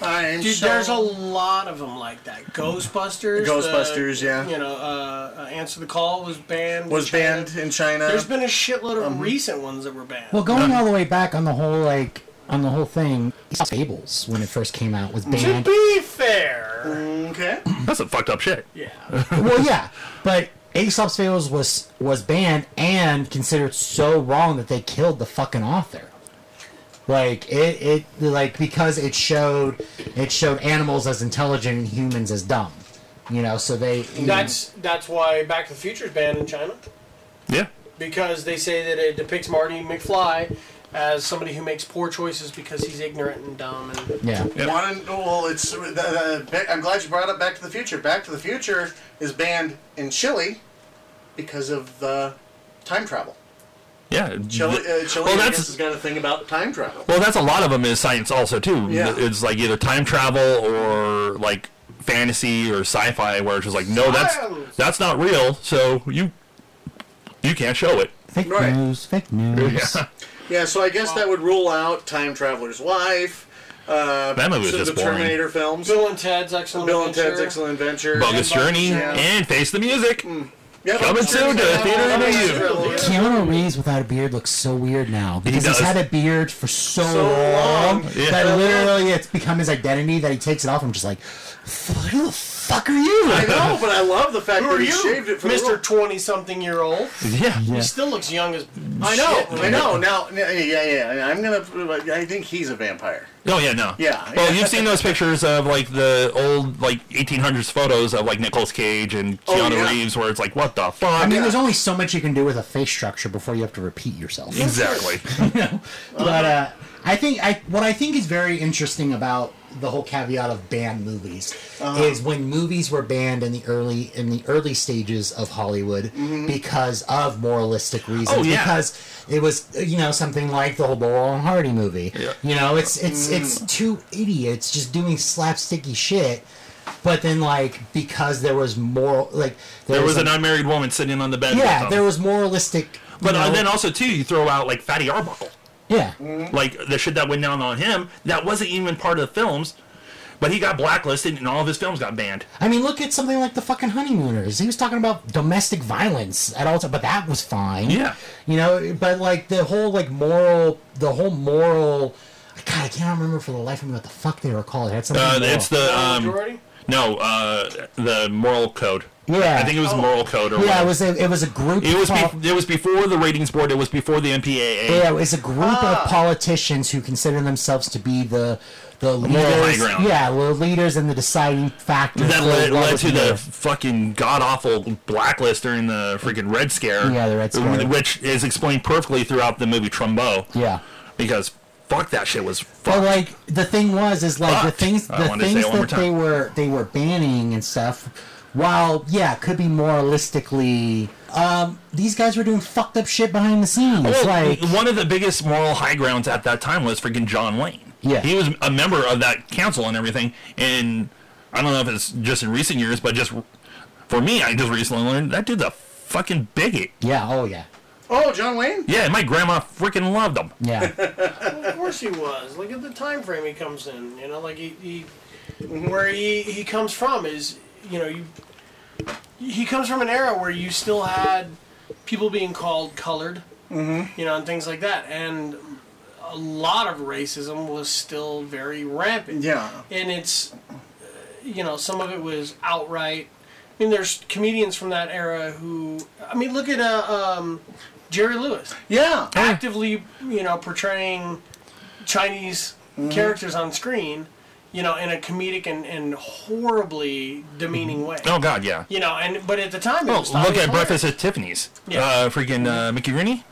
I'm Dude, so- there's a lot of them like that. Ghostbusters. Ghostbusters, the- yeah. You know, uh, uh, Answer the Call was banned. in was China. banned in China. There's been a shitload um, of recent ones that were banned. Well, going all the way back on the whole like on the whole thing, Fables when it first came out was to banned. be fair. okay. That's some fucked up shit. Yeah. well, yeah, but Aesop's Fables was was banned and considered so wrong that they killed the fucking author. Like it, it like because it showed it showed animals as intelligent and humans as dumb. You know, so they you know, That's that's why Back to the Future is banned in China Yeah. because they say that it depicts Marty McFly as somebody who makes poor choices because he's ignorant and dumb and yeah. Yep. One, well, it's. uh, The, the, Ba- I'm glad you brought up Back to the Future. Back to the Future is banned in Chile because of the time travel. Yeah. Chile, uh, The- Chile well, I that's guess, has got a thing about time travel. Well, that's a lot of them is science also too. Yeah. It's like either time travel or like fantasy or sci-fi, where it's just like, no, Science. that's that's not real. So you you can't show it. Fake Right. news, fake news. Yeah. Yeah, so I guess that would rule out Time Traveler's Wife. Uh, That movie was so just the boring. Terminator films. Bill, Bill and Ted's excellent. and Adventure. Ted's Excellent Adventure. Bogus Journey Yeah. and Face the Music Mm. Yeah, coming Bogus soon to Journey. a theater near you. Keanu Reeves without a beard looks so weird now because he's does. had a beard for so, So long. long, Yeah. that literally it's become his identity that he takes it off. I'm just like, "F- who the fuck are you? I know, but I love the fact Who are that he you, shaved it for the role. Mr. 20 something year old? Yeah. He Yeah. still looks young as. I know, I know. Now, yeah, yeah, yeah. I'm gonna. I think he's a vampire. Oh yeah, no. Yeah. Well, you've seen those pictures of like the old like 1800s photos of like Nicolas Cage and Oh, Keanu yeah. Reeves, where it's like, what the fuck? I mean, there's only so much you can do with a face structure before you have to repeat yourself. exactly. But uh, I think I what I think is very interesting about the whole caveat of banned movies Uh-huh. is when movies were banned in the early in the early stages of Hollywood because of moralistic reasons. Mm-hmm. Oh, yeah. Because it was you know something like the whole Laurel and Hardy movie. Yeah. Mm-hmm. You know, it's it's it's two idiots just doing slapsticky shit. But then, like, because there was moral, like There was like- an unmarried woman sitting on the bed. with yeah, them. there was moralistic. you But uh, know- then Mm-hmm. also too, you throw out like Fatty Arbuckle, yeah, like the shit that went down on him. That wasn't even part of the films, but he got blacklisted and all of his films got banned. I mean, look at something like the fucking honeymooners. He was talking about domestic violence at all time, but that was fine. Yeah. you know. But like the whole like moral, the whole moral. God, I cannot remember for the life of me what the fuck they were called. It had something. Uh, moral. it's the Uh, um, Jordy? no, uh, the moral code. Yeah. I think it was moral code or whatever. yeah, it was a, it was a group. It was of, bef- it was before the ratings board. It was before the MPAA. yeah, it was a group of politicians who consider themselves to be the the moral high leaders. ground. Yeah, the leaders and the deciding factor. That for led, what led was to there. the fucking god awful blacklist during the freaking Red Scare. Yeah, the Red Scare. which is explained perfectly throughout the movie Trumbo. yeah. because fuck that shit was fuck. But like the thing was is like the Fucked. things I the wanted to say things it one that more time. they were they were banning and stuff. While yeah, could be moralistically, um, these guys were doing fucked up shit behind the scenes. Well, like one of the biggest moral high grounds at that time was freaking John Wayne. Yeah. he was a member of that council and everything. And I don't know if it's just in recent years, but just for me, I just recently learned that dude's a fucking bigot. yeah, oh yeah, Oh, John Wayne. Yeah, my grandma freaking loved him. yeah, Of course he was. Look at the time frame he comes in. You know, like he, he where he, he comes from is, you know, you he comes from an era where you still had people being called colored, mm-hmm. you know, and things like that, and a lot of racism was still very rampant. Yeah. and it's, uh, you know, some of it was outright. I mean, there's comedians from that era who, I mean, look at uh, um, Jerry Lewis Yeah. actively, you know, portraying Chinese Mm-hmm. characters on screen, you know, in a comedic and, and horribly demeaning way. Oh God, yeah. You know, and but at the time, it Well, was thought look it was at Breakfast hilarious. at Tiffany's. Yeah. Uh, freaking uh, Mickey Rooney.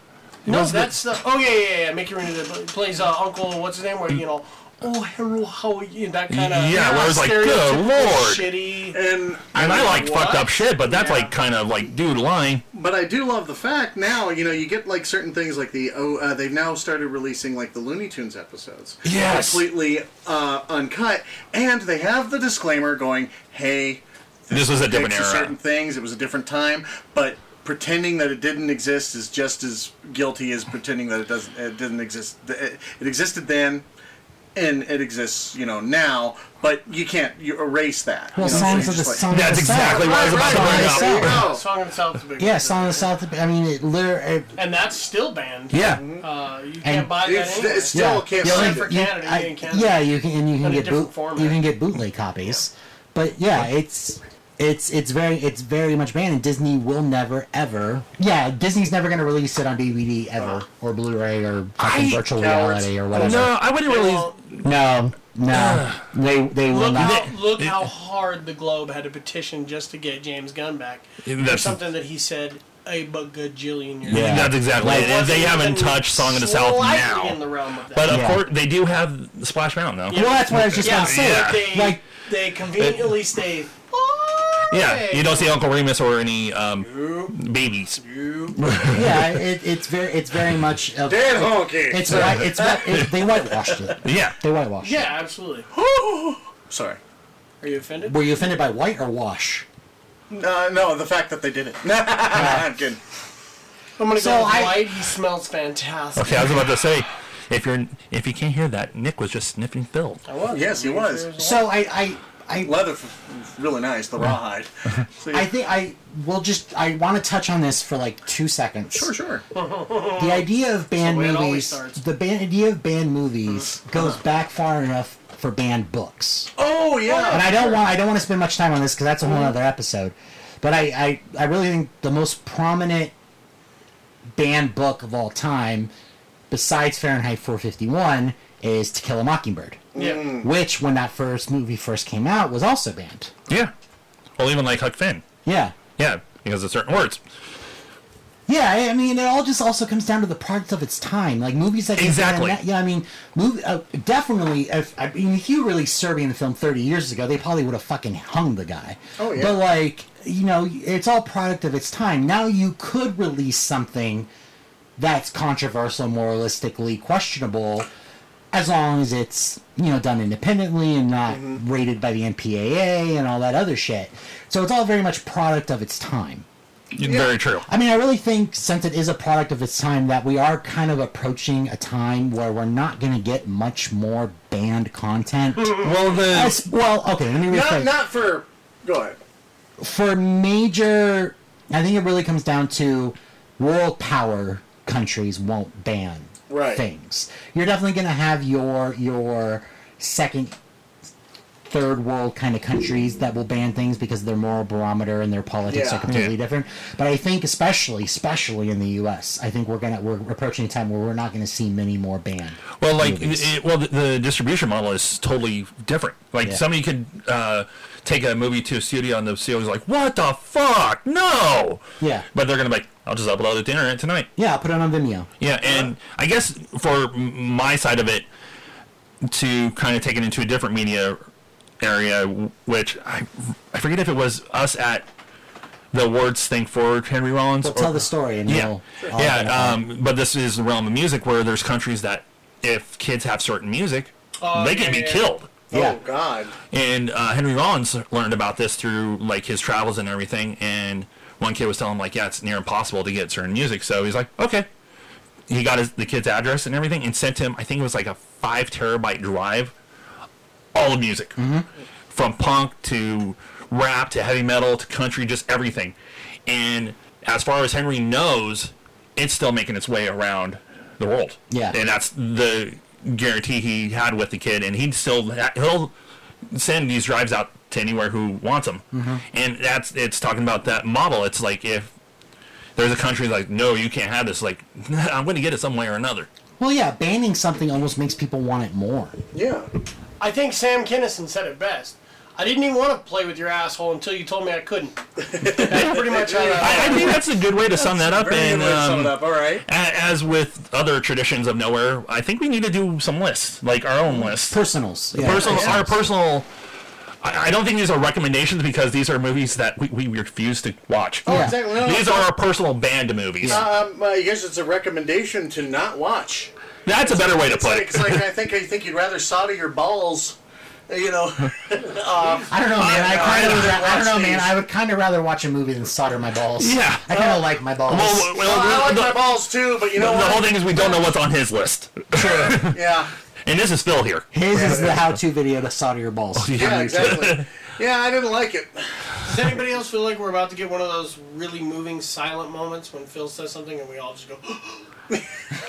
No, that's the. Oh yeah, yeah, yeah. Mickey Rooney that plays uh, Uncle. What's his name? Where you know, oh hello, how are you? That kind of Yeah, where it was like, good lord. shitty. And And I like What? fucked up shit, but that's Yeah. like kind of like dude lying. But I do love the fact now, you know, you get like certain things like the oh, uh, they've now started releasing like the Looney Tunes episodes, Yes. completely uh, uncut, and they have the disclaimer going, "Hey, This was a different fix era. certain things. It was a different time, but pretending that it didn't exist is just as guilty as pretending that it doesn't it didn't exist. It, it existed then." And it exists, you know, now, but you can't you erase that. Well, you know, so Songs you're of the just like- Song That's of the exactly South. what I was about to bring Right, up. right, right. Oh. Song of the South is a big. Yeah, one. Song of the South. I mean, it literally. And that's still banned. Yeah, Uh, you can't And buy that It's, anywhere. it's still yeah. can't The only- stand Except for you- Canada, you I- get in Canada. Yeah, you can and you But can a get different boot, format. you can get bootleg copies. But yeah, it's it's it's very it's very much banned and Disney will never ever Yeah, Disney's never gonna release it on DVD Uh. ever or Blu-ray or fucking I- virtual Cowards. reality or whatever. no, I wouldn't They really. won't. No, no. they they will Look not. how, look how hard the Globe had to petition just to get James Gunn back. for That's- something that he said a bajillion years Yeah. ago. That's exactly. Like, it. And They Wasn't haven't even touched Song of the South slightly now, in the realm of that. but uh, of Yeah. course they do have Splash Mountain though. Yeah. Well, that's what I was just yeah, gonna say. Yeah. but they, Like- they conveniently stay. Yeah, you don't see Uncle Remus or any um, babies. Yeah, it, it's very it's very much of, Dead honky. it's white it's white it, they whitewashed it. Yeah, They whitewashed Yeah, absolutely. Sorry. Are you offended? it. Were you offended by white or wash? Uh, no, the fact that they did it. I'm kidding. I'm gonna So go with I- white. He smells fantastic. Okay, I was about to say, if you're if you can't hear that, Nick was just sniffing Phil. I was. Oh, Yes, he was. So I I, I Leather f- really nice, the rawhide. So, I think I will just I want to touch on this for like two seconds. sure, sure. The idea of banned way it always movies, starts. the ban- idea of banned movies goes back far enough for banned books, Oh and yeah. I don't want I don't want to spend much time on this because that's a whole other episode. But I, I I really think the most prominent banned book of all time, besides Fahrenheit 451, is To Kill a Mockingbird, Yeah. Mm. which when that first movie first came out was also banned. Yeah, well, even like Huck Finn. Yeah. Yeah, because of certain words. Yeah, I I mean, it all just also comes down to the product of its time. Like movies that get Exactly. done that- yeah, I mean, movie uh, definitely. If I mean, if you released Serbian the film thirty years ago, they probably would have fucking hung the guy. Oh, yeah. But like, you know, it's all product of its time. Now you could release something that's controversial, moralistically questionable, as long as it's you know done independently and not Mm-hmm. rated by the MPAA and all that other shit. So it's all very much product of its time. Very true. I mean, I really think since it is a product of its time, that we are kind of approaching a time where we're not going to get much more banned content. Well, the As- well, okay, let me rephrase. Not not for. Go ahead. For major, I think it really comes down to world power countries won't ban Right. things. You're definitely going to have your your second third world kind of countries that will ban things because their moral barometer and their politics Yeah. are completely Yeah. different. But I think especially, especially in the U.S., I think we're gonna we're approaching a time where we're not gonna see many more banned. well, like it, well, the, the distribution model is totally different. Like Yeah. somebody could uh, take a movie to a studio, and the studio's like, "What the fuck? No!" Yeah. But they're gonna be like, "I'll just upload it to the internet tonight." Yeah, I'll put it on Vimeo. Yeah, and I guess for m- my side of it, to kind of take it into a different media area, w- which I, I forget if it was us at the awards thing for Henry Rollins. Well, tell the story and Yeah, we'll I'll yeah. identify. Um, but this is the realm of music where there's countries that if kids have certain music, Oh, they yeah, can be yeah. killed. Yeah. Oh God. And uh, Henry Rollins learned about this through like his travels and everything. And one kid was telling him like, yeah, it's near impossible to get certain music. So he's like, okay. He got his, the kid's address and everything, and sent him. I think it was like a five terabyte drive, all of music, from punk to rap to heavy metal to country, just everything. And as far as Henry knows, it's still making its way around the world. Yeah. and that's the guarantee he had with the kid, and he'd still he'll send these drives out to anywhere who wants them. And that's it's talking about that model. It's like if there's a country like no, you can't have this. Like I'm going to get it some way or another. Well, yeah, banning something almost makes people want it more. Yeah. I think Sam Kinison said it best. I didn't even want to play with your asshole until you told me I couldn't. That's pretty much how that. I, I think that's a good way to sum that up. Very and good way to sum it um, up. All right. a- as with other traditions of nowhere, I think we need to do some lists, like our own list. Personals. Yeah. personal, our personal. I, I don't think these are recommendations because these are movies that we, we refuse to watch. Oh, Yeah. exactly. No, no, These no. are our personal banned movies. Um, I guess it's a recommendation to not watch. That's a better way to It's put like, it. it's like I think I think you'd rather solder your balls, you know. I don't know, man. I, no, kind I of. would I, watch don't know, man. these. I would kind of rather watch a movie than solder my balls. Yeah. I kind of like my balls. well, well, Oh, I like the, my balls too, but you know the what? whole thing is we don't know what's on his list, yeah, and this is Phil here. His is the how-to video to solder your balls. yeah, exactly. yeah, I didn't like it. Does anybody else feel like we're about to get one of those really moving silent moments when Phil says something and we all just go,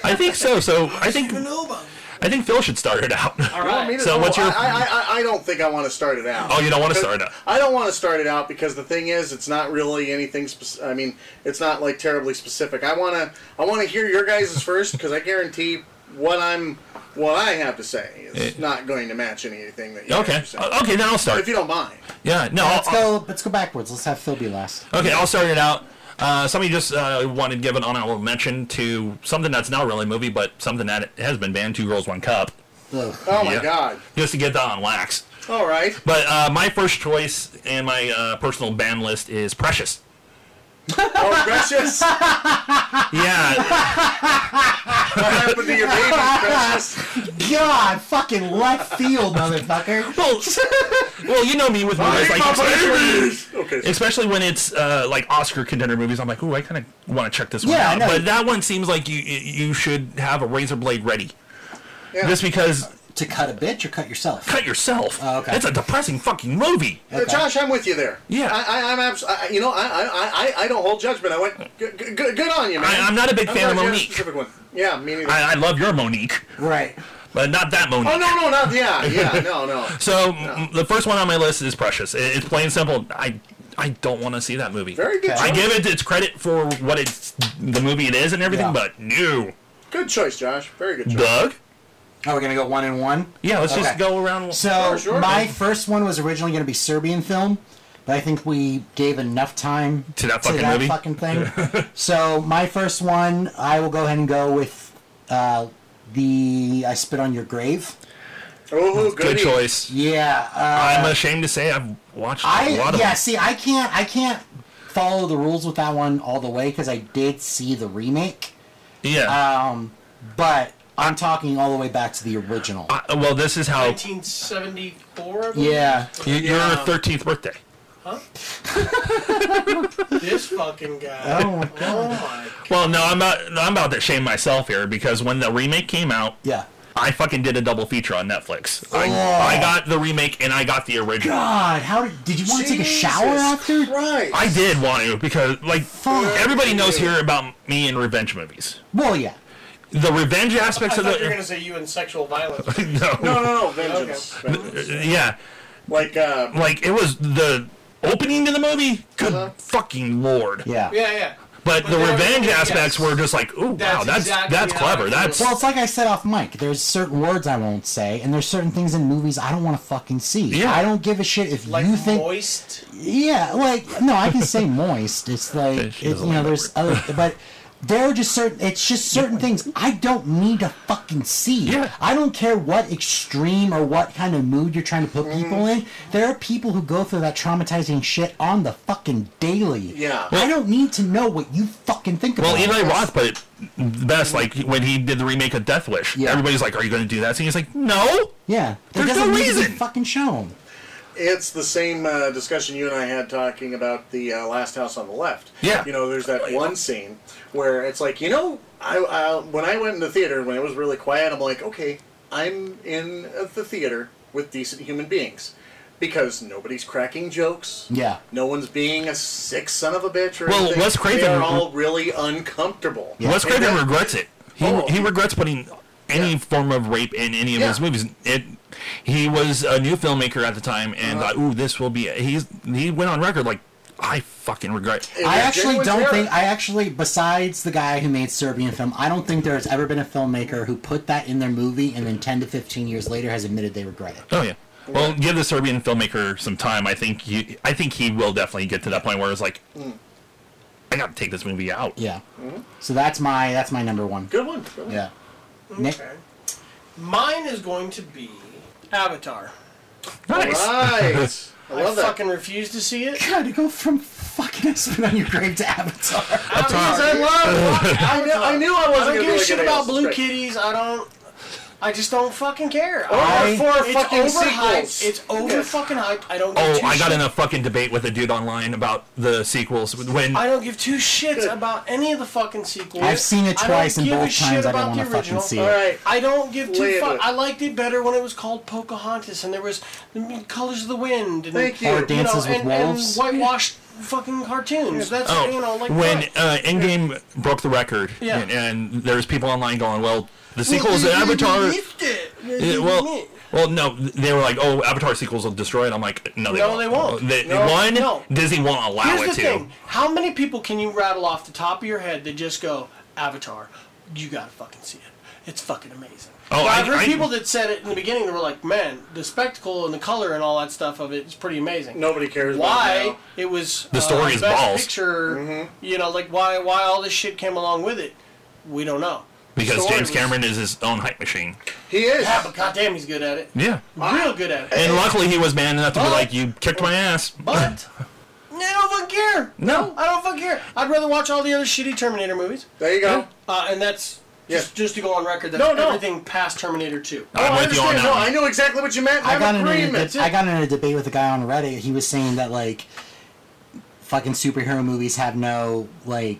I think so. So I think "No, Bob." I think Phil should start it out. All I mean, right. it's- So what's no, your- I, I, I I don't think I want to start it out. Oh, you don't want to start it. I don't want to start it out because the thing is, it's not really anything. Spec- I mean, it's not like terribly specific. I wanna, I wanna hear your guys' first because I guarantee what I'm, what I have to say is not going to match anything that you guys Eh. Okay. are saying. Uh, Okay, then I'll If start. you don't mind, Yeah. No. I'll, Let's go. Let's go backwards. Let's have Phil be last. Okay, I'll start it out. Uh, somebody just uh, wanted to give an honorable mention to something that's not really a movie, but something that has been banned: Two Girls, One Cup. Ugh. oh my Yeah. God! Just to get that on wax. All right. But uh, my first choice and my uh, personal ban list is Precious. Oh, precious! what Yeah, happened to your baby, precious? God, fucking left field, motherfucker. well, well, you know me Oh, with movies like, Okay. especially when it's uh, like Oscar contender movies. I'm like, ooh, I kind of want to check this one Yeah, I out. know. But that one seems like you you should have a razor blade ready, Yeah. just because to cut a bitch or cut yourself? cut yourself. Oh, okay. It's a depressing fucking movie. Uh, Josh, I'm with you there. Yeah. I, I, I'm abs- I, you know, I, I, I, I don't hold judgment. I went, g- g- g- good on you, man. I- I'm not a big fan of glad you had a Monique. specific one. Yeah, me neither. I, I love your Monique, Right. but not that Monique. oh no, no, not yeah, yeah, no, no. So m the first one on my list is Precious. It, it's plain and simple. I I don't want to see that movie. Very good. I Choice. give it its credit for what it's the movie it is and everything, Yeah. but no, Good choice, Josh. Very good choice. Doug. Oh, we're gonna go one and one. Yeah, let's just Okay. go around. So Sure, sure. my first one was originally going to be Serbian film, but I think we gave enough time To that fucking movie? fucking thing. so my first one, I will go ahead and go with uh, the "I Spit on Your Grave." Oh, good goody. choice. Yeah, uh, I'm ashamed to say I've watched a lot I of. yeah. them. See, I can't I can't follow the rules with that one all the way because I did see the remake, Uh, Um, Yeah. but I'm talking all the way back to the original. I- well, this is how 1974. I believe? yeah, y- your Yeah. thirteenth birthday. This fucking guy. Oh my Oh my. Well, no, I'm about I'm about to shame myself here because when the remake came out, yeah. I fucking did a double feature on Netflix. I, I got the remake and I got the original. God, how did, did you want to take a shower after? Right. I did want to because like everybody knows here about me and revenge movies. Well, yeah. The revenge aspects I of the thought you were gonna say you and sexual violence. no, No, no, no. Vengeance. Vengeance. yeah, Like, uh, like it was the opening to the movie. Good fucking lord! Yeah. Yeah, yeah. But, the then revenge everything- aspects yes. were just like, ooh, wow, That's that's exactly that's how clever. I That's Well, it's like I said off mic. There's certain words I won't say, and there's certain things in movies I don't want to fucking see. Yeah. I don't give a shit if Like you think. moist. Yeah, like no, I can say moist. It's like she it, doesn't you know, like that there's other, but there are just certain. It's just certain things I don't need to fucking see. Yeah. I don't care what extreme or what kind of mood you're trying to Mm-hmm. put people in. There are people who go through that traumatizing shit on the fucking daily. Yeah. I don't need to know what you fucking think about. well, it. Eli Roth put it best like when he did the remake of Death Wish. Yeah. Everybody's like, "Are you going to do that?" And he's like, "No." Yeah, There's doesn't no need to be reason. fucking shown. it's the same uh, discussion you and I had talking about the uh, Last House on the Left. Yeah. You know, there's that one scene where it's like, you know, I, I when I went in the theater when it was really quiet, I'm like, okay, I'm in the theater with decent human beings. Because nobody's cracking jokes. Yeah. No one's being a sick son of a bitch or Well, anything. Wes Craven- They are all really uncomfortable. Wes And Craven that- regrets it. He, Oh. he regrets putting any form of rape in any of Yeah. his movies. It he was a new filmmaker at the time and Uh-huh. thought, "Ooh, this will be." He's he went on record like, "I fucking regret." it I was actually genuine don't terror. think. I actually, besides the guy who made Serbian film, I don't think there's ever been a filmmaker who put that in their movie and then 10 to 15 years later has admitted they regret it. Oh yeah, Well, give the Serbian filmmaker some time. I think you, I think he will definitely get to that point where it's like, Mm. I got to take this movie out. Yeah. So that's my that's my number one. Good one. Good one. Yeah. Nick, Okay. Mine is going to be Avatar. Nice. Right. I I love that. fucking refuse to see it. God, to go from fucking spit on your grave to Avatar. Because I love fucking I knew, Avatar. I knew I I don't wasn't gonna give a really shit get about it. blue Right. kitties. I don't. I just don't fucking care. Or I, for it's fucking overhyped. sequels. It's over Yes. fucking hyped. I don't. Give Oh, two I got shits. in a fucking debate with a dude online about the sequels when I don't give two shits about any of the fucking sequels. I've seen it I don't twice, and give a both shit times I about don't the want to fucking original. see All it. right. I don't give two Land fuck. it. I liked it better when it was called Pocahontas and there was the Colors of the Wind and Thank you. Or You know, Dances you know, and, with and Wolves. whitewashed fucking cartoons. That's Oh, you know like when what? uh, Endgame broke the record, Yeah. and, and there's people online going, "Well, the sequels to They Avatar." released it. Yeah, well, well, no, they were like, "Oh, Avatar sequels will destroy it." I'm like, "No, they No, won't. they won't. They, No, one, no. Disney won't allow Here's it the to." thing: How many people can you rattle off the top of your head that just go Avatar? You gotta fucking see it. It's fucking amazing. Oh, Now, I- I've heard I- people that said it in the beginning that were like, "Man, the spectacle and the color and all that stuff of it is pretty amazing." Nobody cares. about it why now. it was uh, The story is best balls. Picture, you know, like why why all this shit came along with it, we don't know. Because Story James was- Cameron is his own hype machine. He is. Yeah, Ah, but goddamn, he's good at it. Yeah. Real good at it. And luckily, he was man enough to be But- like, "You kicked my ass." But I don't fucking care. No. I don't fucking care. I'd rather watch all the other shitty Terminator movies. There you go. Uh, and that's just, just to go on record. That's No, no. everything past Terminator 2. I'm I with you on understand. that. No, one. I know exactly what you meant. I I'm got in agreement. a, deb- I got in a debate with a guy on Reddit. He was saying that like fucking superhero movies have no like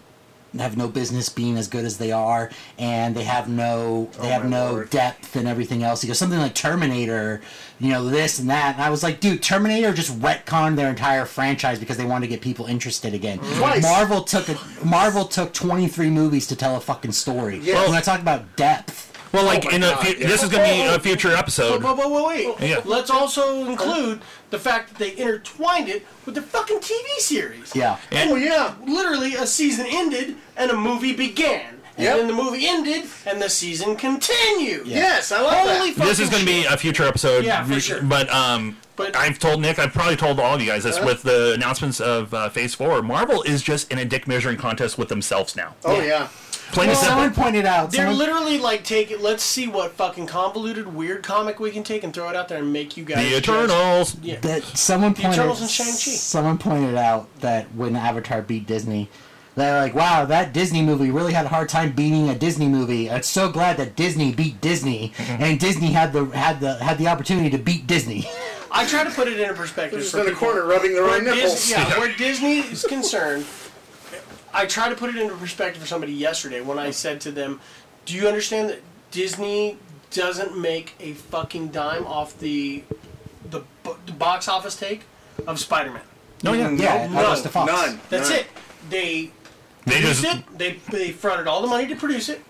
have no business being as good as they are, and they have no they have Oh my no Lord. depth and everything else. He goes something like Terminator, you know this and that. And I was like, dude, Terminator just retconned their entire franchise because they wanted to get people interested again. Mm-hmm. Twice. Marvel took a, Marvel took twenty three movies to tell a fucking story. Yes. When I talk about depth, well, like oh my in a God, fu- yeah. this is gonna be a future episode. But, but, but, but wait, Yeah. let's also include the fact that they intertwined it with the fucking TV series. yeah. oh yeah. literally a season ended and a movie began. And Yep. then the movie ended and the season continued. Yes, I like Holy that. fucking this is going to be shit. a future episode. Yeah, for We- sure. But um, But- Uh-huh. I've told Nick, I've probably told all of you guys this with the announcements of uh, Phase Four. Marvel is just in a dick measuring contest with themselves now. Oh yeah. Plain and simple. Someone pointed out. They're someone- literally like taking. Let's see what fucking convoluted, weird comic we can take and throw it out there and make you guys. The just- Eternals. Yeah. that someone pointed Eternals and Shang-Chi. someone pointed out that when Avatar beat Disney, they're like, "Wow, that Disney movie really had a hard time beating a Disney movie." I'm so glad that Disney beat Disney, and Disney had the had the had the opportunity to beat Disney. I try to put it into perspective. Just for in a people. corner rubbing their Where own nipples. Dis- yeah, where Disney is concerned, I try to put it into perspective for somebody yesterday when I said to them, "Do you understand that Disney doesn't make a fucking dime off the the, bo- the box office take of Spider-Man? No, yeah. yeah, no, August the Fox. None. That's none. it. They They produced just it. They they fronted all the money to produce it.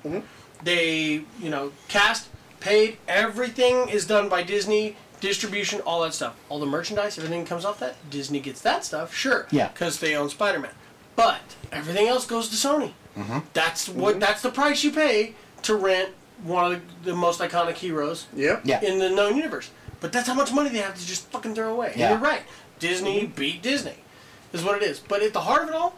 They you know cast, paid, everything is done by Disney. Distribution, all that stuff, all the merchandise, everything comes off that. Disney gets that stuff, sure. Yeah. Because they own Spider Man, but everything else goes to Sony. That's what. That's the price you pay to rent one of the, the most iconic heroes Yep. Yeah. in the known universe. But that's how much money they have to just fucking throw away. And Yeah. Mm-hmm. You're right. Disney beat Disney, is what it is. But at the heart of it all,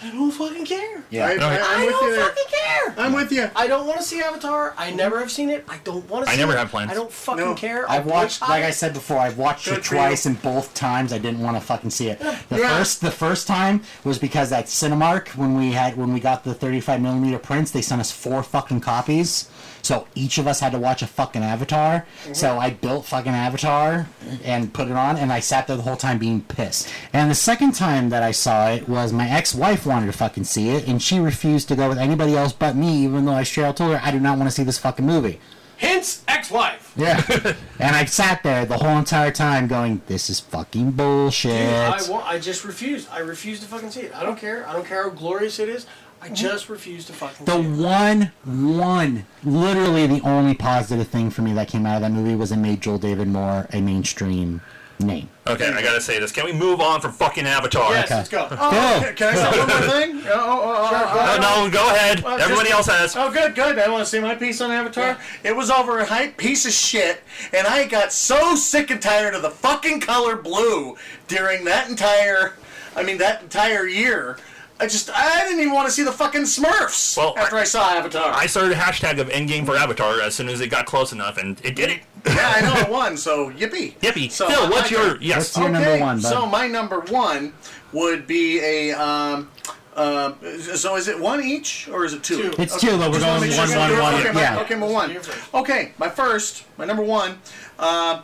I don't fucking care. Yeah. I, I, Alright. I'm I with you don't there. fucking care. I'm with you. I don't want to see Avatar. I never have seen it. I don't want to. I see never it. have plans. I don't fucking No. care. I've watched, like I boycott said before, I've watched Good it for you. twice, and both times I didn't want to fucking see it. The Yeah. first, the first time was because at Cinemark when we had when we got the 35 millimeter prints, they sent us four fucking copies, so each of us had to watch a fucking Avatar. So I built fucking Avatar and put it on, and I sat there the whole time being pissed. And the second time that I saw it was my ex-wife wanted to fucking see it, and she refused to go with anybody else but me, even though I straight out told her I do not want to see this fucking movie. Hence, ex-wife. Yeah. and I sat there the whole entire time going, this is fucking bullshit. I, wa- I just refuse. I refuse to fucking see it. I don't care. I don't care how glorious it is. I Mm-hmm. just refuse to fucking the see it. one, one, literally the only positive thing for me that came out of that movie was it made Joel David Moore a mainstream name. Okay, I gotta say this. Can we move on from fucking Avatar? Yes, Okay. let's go. Oh, can, can I say one more thing? Oh, oh, oh, oh, oh, Uh, No, no, go ahead. Well, Everybody else just- has. Oh, good, good. I want to see my piece on Avatar. It was over a hype piece of shit, and I got so sick and tired of the fucking color blue during that entire, I mean, that entire year. I just, I didn't even want to see the fucking Smurfs Well, after I, I- saw Avatar. I started a hashtag of endgame for Avatar as soon as it got close enough, and it did it. yeah, I know it won, so yippee. Yippee. So, Phil, I what's like your it. yes? What's your number one, bud? So my number one would be a. Um, uh, so is it one each or is it two? Two. It's two, but we're Just wanna going make one, sure- one, one. Okay, my, Yeah. okay, my one. Okay, my first, my number one. Uh,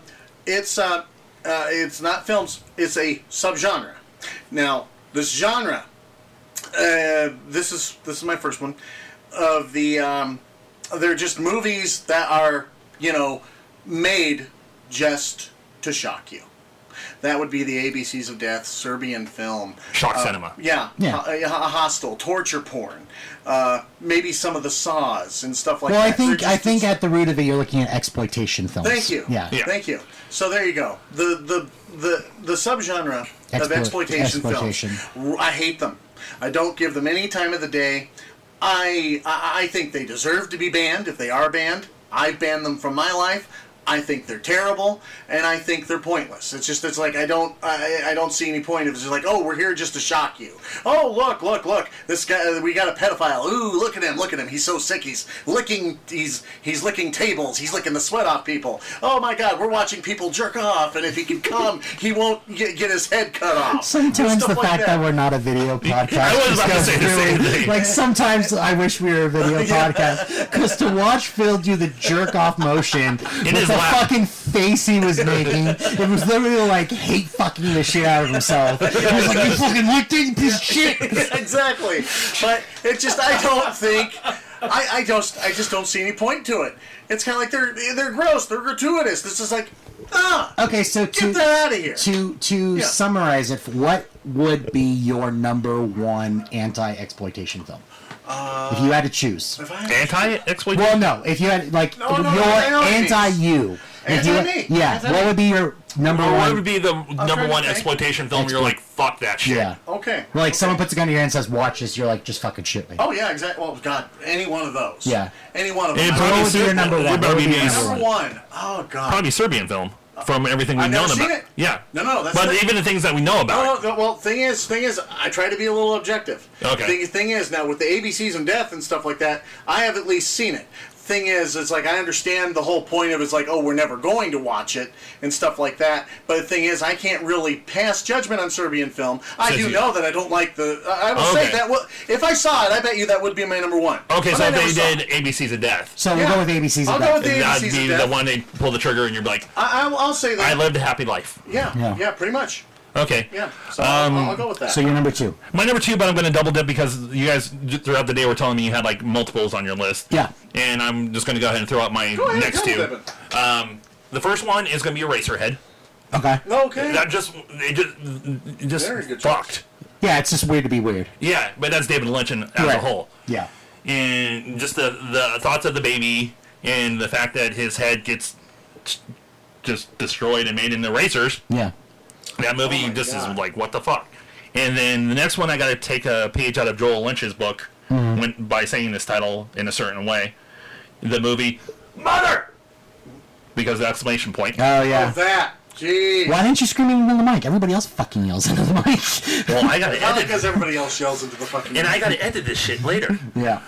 it's uh, uh, it's not films. It's a subgenre. Now this genre, uh, this is this is my first one. Of the, um, they're just movies that are you know made just to shock you. That would be the ABCs of Death, Serbian film. Shock cinema. uh, Yeah, Yeah. ho- uh, ho- hostile, torture porn, uh, maybe some of the saws and stuff like Well, that. I think They're just- I think at the root of it, you're looking at exploitation films. Thank you. Yeah. Yeah. Thank you. So there you go. The the the the subgenre of Explo- exploitation, exploitation. films. R- I hate them. I don't give them any time of the day. I, I I think they deserve to be banned if they are banned. I banned them from my life. I think they're terrible, and I think they're pointless. It's just it's like I don't I, I don't see any point of it. it's just like oh we're here just to shock you. Oh look look look this guy we got a pedophile. Ooh look at him look at him he's so sick he's licking he's he's licking tables he's licking the sweat off people. Oh my God we're watching people jerk off and if he can come he won't get, get his head cut off. Sometimes Stuff the like fact that. we're not a video podcast. I was about to just say the goes same really- thing. Like sometimes I wish we were a video podcast because to watch Phil do the jerk off motion his with the lap. fucking face he was making, it was literally like hate fucking the shit out of himself. He was like, "You fucking licked it, you piece of shit." exactly. But it just I don't think I, I just I just don't see any point to it. It's kind of like they're they're gross, they're gratuitous. This is like ah, Okay, so get to that out of here. to to Yeah. summarize it, what would be your number one anti exploitation film? Uh, if you had to choose. If I- Anti-exploitation. Well, no. If you had like No, no, your no, no, anti you, Anti-me. yeah. Anti-me. what would be your number Or what one? would be the number trying to one think. exploitation film? You're like, fuck that shit. yeah. okay. Well, like someone puts a gun to your head and says, "Watch this," you're like, "Just fucking shoot me." Oh yeah, exactly. Well, God, any one of those. Yeah. Any one of It them. probably What would be your Ser- number it'd one? probably What be would be your a- number number one. Oh God. probably Serbian film from everything we've I've known never seen about. it. Yeah. No, no, that's but the- even the things that we know No, about. Oh, no, no, well, thing is, thing is, I try to be a little objective. Okay. Thing, thing is, now with the ABCs and death and stuff like that, I have at least seen it. Thing is, it's like I understand the whole point of it's like, oh, we're never going to watch it and stuff like that. But the thing is, I can't really pass judgment on Serbian film. I Says do you. know that I don't like the. I I will Okay. say that will, if I saw it, I bet you that would be my number one. Okay, But so I if never they saw it. did ABCs of Death. So we'll Yeah. go with ABCs. I'll of go that. with the That'd ABCs be of the death. one they pull the trigger and you're like, I, I, will- I'll say I that. lived a happy life. yeah, Yeah. yeah, pretty much. Okay. Yeah. So I'll- Um, I'll, go with that. So you're number two. My number two, but I'm going to double dip because you guys j- throughout the day were telling me you had like multiples on your list. Yeah. And I'm just going to go ahead and throw out my go ahead, next double two. dip Um, the first one is going to be Eraserhead. Okay. it. Okay. That just it just it just Very good choice. fucked. Yeah, it's just weird to be weird. Yeah, but that's David Lynch and as a Right. whole. Yeah. and just the the thoughts of the baby and the fact that his head gets just destroyed and made into racers. Yeah. That movie Oh my just is God. like what the fuck. And then the next one, I got to take a page out of Joel Lynch's book Mm-hmm. when, by saying this title in a certain way. The movie Mother, because of the exclamation point. Oh yeah. Oh, that. Jeez. Why didn't you scream it into the mic? Everybody else fucking yells into the mic. Well, I got to Not edit, because everybody else yells into the fucking. and I got to edit this shit later. yeah.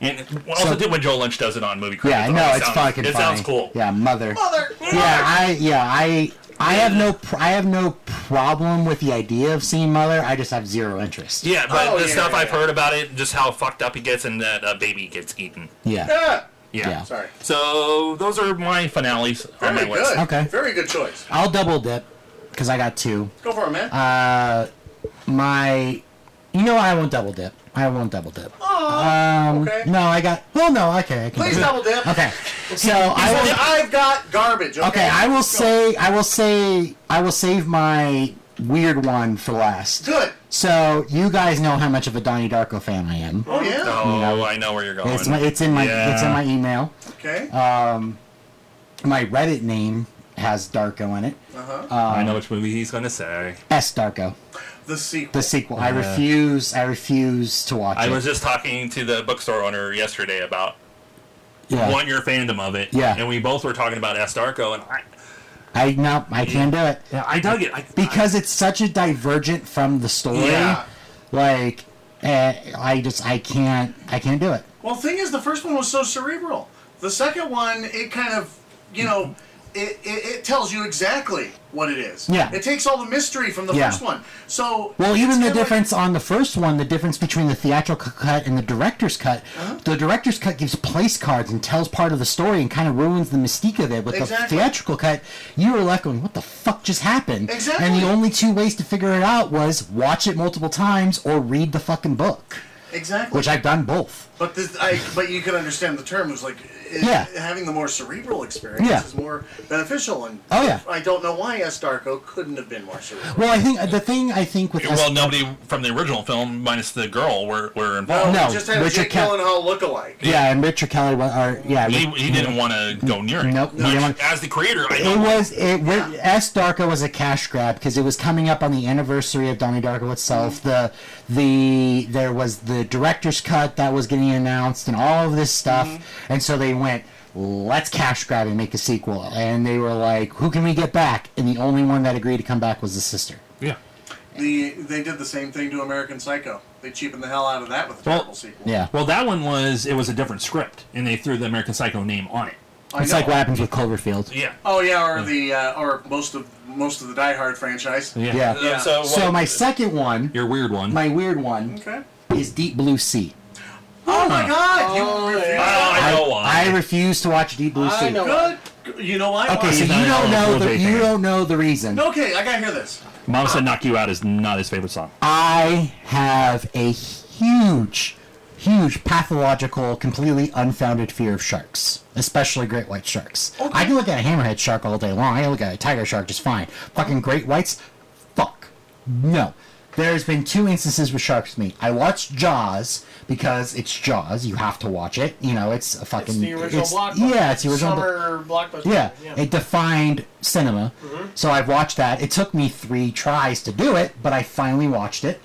And I also So- did when Joel Lynch does it on movie. Yeah. credits. It No, always it's sounds- fucking. It funny. sounds cool. Yeah. Mother. Mother. Yeah, I yeah I I have no pr- I have no problem with the idea of seeing Mother. I just have zero interest. Yeah, but Oh, the yeah, stuff yeah, I've yeah. heard about it, just how fucked up he gets, and that a baby gets eaten. Yeah. Yeah. Yeah. Yeah. Sorry. So those are my finales on my Very list. good. Okay. Very good choice. I'll double dip because I got two. Go for it, man. My, you know, I won't double dip. I won't double dip. um, okay. No, I got. Well, no, okay. I can Please double dip. Okay, so I Because will. I've got garbage. Okay. Okay, I will Let's go. say. I will say. I will save my weird one for last. Good. So you guys know how much of a Donnie Darko fan I am. Oh yeah. Oh, I know where you're going. It's my, it's in my it's in Yeah. my email. Okay. my Reddit name has Darko in it. I know which movie he's gonna say. S Darko, The sequel. the sequel. I refuse. I refuse to watch I it. was just talking to the bookstore owner yesterday about yeah. one your fandom of it. Yeah. and we both were talking about S. Darko, and I, I no, I can't do it yeah, I dug it I, because it's such a divergent from the story. Yeah. Like, eh, I just I can't I can't do it. Well, the thing is, the first one was so cerebral. The second one, it kind of, you know, it, it, it tells you exactly what it is. Yeah. It takes all the mystery from the Yeah. first one. So. Well, it's even the kinda like- difference on the first one, the difference between the theatrical cut and the director's cut, Uh-huh. the director's cut gives place cards and tells part of the story and kind of ruins the mystique of it. With Exactly. the theatrical cut, you were left going, "What the fuck just happened?" And Exactly. the only two ways to figure it out was watch it multiple times or read the fucking book, exactly. which I've done both. But this, I, but you could understand the term. It was like it, Yeah. having the more cerebral experience Yeah. is more beneficial. And Oh, yeah. I don't know why S. Darko couldn't have been more cerebral. Well, I think the thing I think with well, nobody from the original film minus the girl were were involved. No, it just had a Richard Jake Cal- Gyllenhaal look-alike. yeah, and Richard Kelly wa- are yeah. He, he didn't want to go near it. Nope, he Which, didn't wanna- as the creator, I It know. was it went, S Darko was a cash grab because it was coming up on the anniversary of Donnie Darko itself. The the there was the director's cut that was getting announced and all of this stuff, and so they went. Let's cash grab and make a sequel. And they were like, "Who can we get back?" And the only one that agreed to come back was the sister. Yeah. The they did the same thing to American Psycho. They cheapened the hell out of that with a Well, terrible sequel. Yeah, Well, that one was it was a different script, and they threw the American Psycho name on it. I it's know. like what happens with Cloverfield. Yeah. Oh yeah, or the uh, or most of most of the Die Hard franchise. Yeah. Yeah. Yeah. So, So my second one, your weird one. my weird one, Okay. is Deep Blue Sea. Oh my God! You Oh, refused- Oh, yeah. I know why. I refuse to watch Deep Blue Sea. I know Good. You know why? Okay, so He's you not don't a know the Jose you fan. don't know the reason. Okay, I gotta hear this. Mom said "Knock You Out" is not his favorite song. I have a huge, huge pathological, completely unfounded fear of sharks, especially great white sharks. I can look at a hammerhead shark all day long. I can look at a tiger shark just fine. Fucking great whites, fuck no. There's been two instances with sharks to me. I watched Jaws because it's Jaws. You have to watch it. You know, it's a fucking. It's the original it's- blockbuster. Yeah, it's the original. blo- summer blockbuster. yeah, it defined cinema. Mm-hmm. So I've watched that. It took me three tries to do it, but I finally watched it.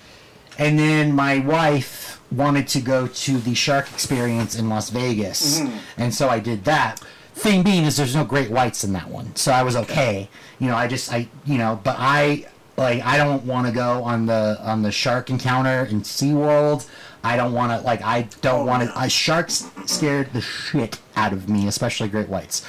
And then my wife wanted to go to the shark experience in Las Vegas. And so I did that. Thing being is there's no great whites in that one. So I was okay. You know, I just I you know, but I like I don't want to go on the on the shark encounter in SeaWorld. I don't want to like I don't want to. Uh, sharks scared the shit out of me, especially great whites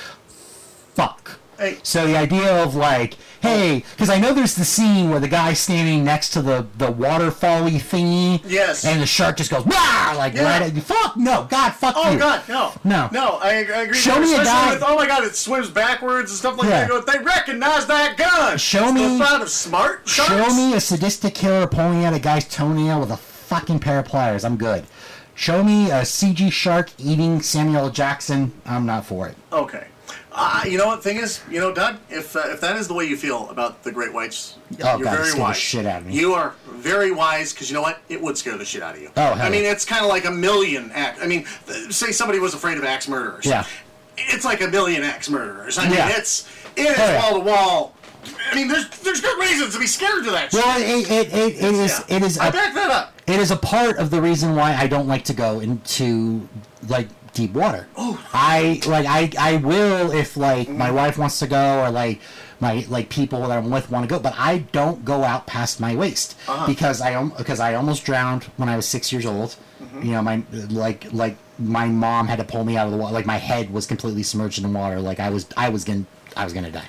fuck. Hey. So the idea of like, hey, because I know there's the scene where the guy's standing next to the the waterfally thingy, Yes. and the shark just goes, Wah! like, Yeah. right at you. fuck, no, God, fuck Oh you. God, no, No. no! I, I agree. Show with me you, a especially guy- With, oh my God, it swims backwards and stuff like Yeah. that. They recognize that gun. Show It's me- the thought of smart sharks. Show me a sadistic killer pulling out a guy's toenail with a fucking pair of pliers. I'm good. Show me a CG shark eating Samuel L. Jackson. I'm not for it. Okay. Uh, you know what? Thing is, you know, Doug, if uh, if that is the way you feel about the great whites, Oh, you're God, it very scared the wise. shit out of me. You are very wise because you know what? It would scare the shit out of you. Oh, hell I mean, yeah. it's kind of like a million act. I mean, th- say somebody was afraid of axe murderers. Yeah. It's like a million axe murderers. I mean, Yeah. it's it is Oh, yeah. wall to wall. I mean, there's there's good reasons to be scared of that. shit. Well, it, it, it, it is Yeah. it is I a back that up. It is a part of the reason why I don't like to go into like deep water. I like I I will if like my wife wants to go or like my like people that I'm with want to go, but I don't go out past my waist because I am because I almost drowned when I was six years old. You know, my like like my mom had to pull me out of the water. Like my head was completely submerged in the water. Like I was I was gonna I was gonna die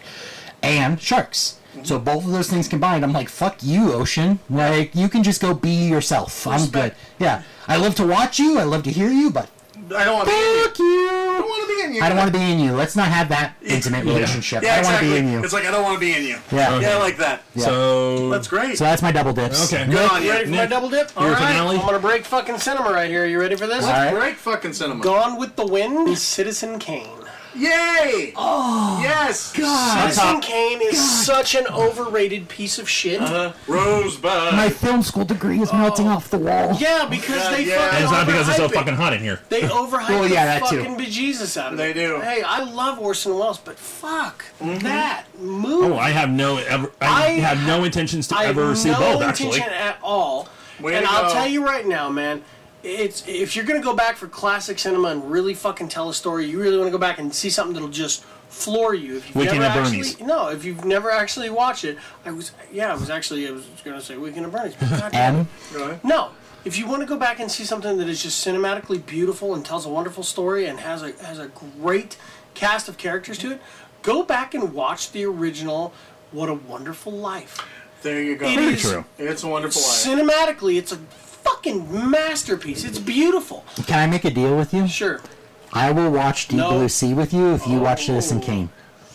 and sharks. So both of those things combined, I'm like, fuck you, ocean. Like you can just go be yourself. I'm good. Respect. Yeah, I love to watch you. I love to hear you, but I don't want to. I fuck you. don't want to be in you. I don't want to be in you. Let's not have that intimate relationship. Yeah, I don't exactly. want to be in you. It's like I don't want to be in you. Yeah. Okay. Yeah, I like that. So That's great. So that's my double dips. Okay. Good on you. Ready for my Nick, double dip? your All right. finale? I'm gonna break fucking cinema right here. You ready for this? All right. Great fucking cinema. Gone with the Wind, Citizen Kane. Yay! Oh, yes! Citizen Kane is such an overrated piece of shit. Uh-huh. Rosebud. My film school degree is melting off the wall. Yeah, because Yeah, they yeah. fucking And it's not because it's so overhype it. fucking hot in here. They overhype Well, yeah, the that too. fucking bejesus out of They it. do. Mm-hmm. Hey, I love Orson Welles, but fuck that movie. Oh, I have no ever. I, I- have no intentions to I have ever see no both. Actually, intention at all. Way and to I'll go. tell you right now, man. It's if you're gonna go back for classic cinema and really fucking tell a story, you really want to go back and see something that'll just floor you. If you've Weekend never at actually, Bernie's. no, if you've never actually watched it, I was yeah, I was actually I was gonna say Weekend at Bernie's. but God damn it. M. Really? No. If you want to go back and see something that is just cinematically beautiful and tells a wonderful story and has a has a great cast of characters to it, go back and watch the original What a Wonderful Life. There you go. It is true. It's a wonderful life. Cinematically, it's a fucking masterpiece. It's beautiful. Can I make a deal with you? Sure. I will watch Deep No. Blue Sea with you if you watch Citizen Kane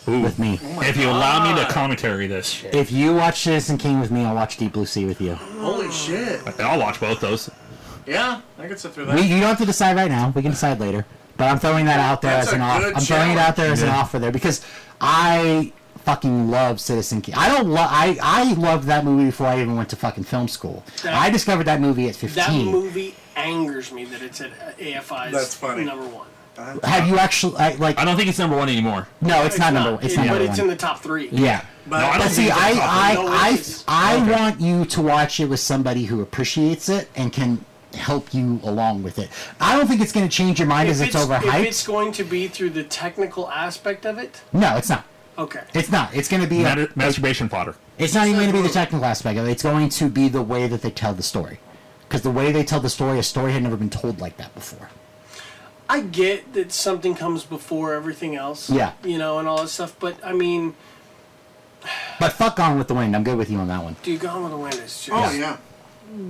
Ooh. Oh with me. if you allow me to commentary this, shit, If you watch Citizen Kane with me, I'll watch Deep Blue Sea with you. Holy shit. I'll watch both those. Yeah, I could sit through We, that. you don't have to decide right now. We can decide later. But I'm throwing that out there That's as an a off. good I'm throwing it out there as an challenge. offer there because I fucking love Citizen Kane. I don't love. I I loved that movie before I even went to fucking film school. That- I discovered that movie at 15. That movie angers me that it's at AFI's That's funny. number one. Have you actually I, like? I don't think it's number one anymore. no, it's, not, number. It's it- not But number it's one. in the top three. yeah. no, I don't But see, think I it's I No, it I, is. I want you to watch it with somebody who appreciates it and can help you along with it. I don't think it's going to change your mind as If it's, it's, overhyped. if it's going to be through the technical aspect of it, no, it's not. okay. It's not. It's going to be a- Matter- masturbation fodder. It's not even So going to be the who- technical aspect of it. It's going to be the way that they tell the story. Because the way they tell the story, a story had never been told like that before. I get that something comes before everything else. Yeah. You know, and all that stuff. But I mean, But fuck Gone with the Wind. I'm good with you on that one. dude, Gone with the Wind is just. Oh, yeah.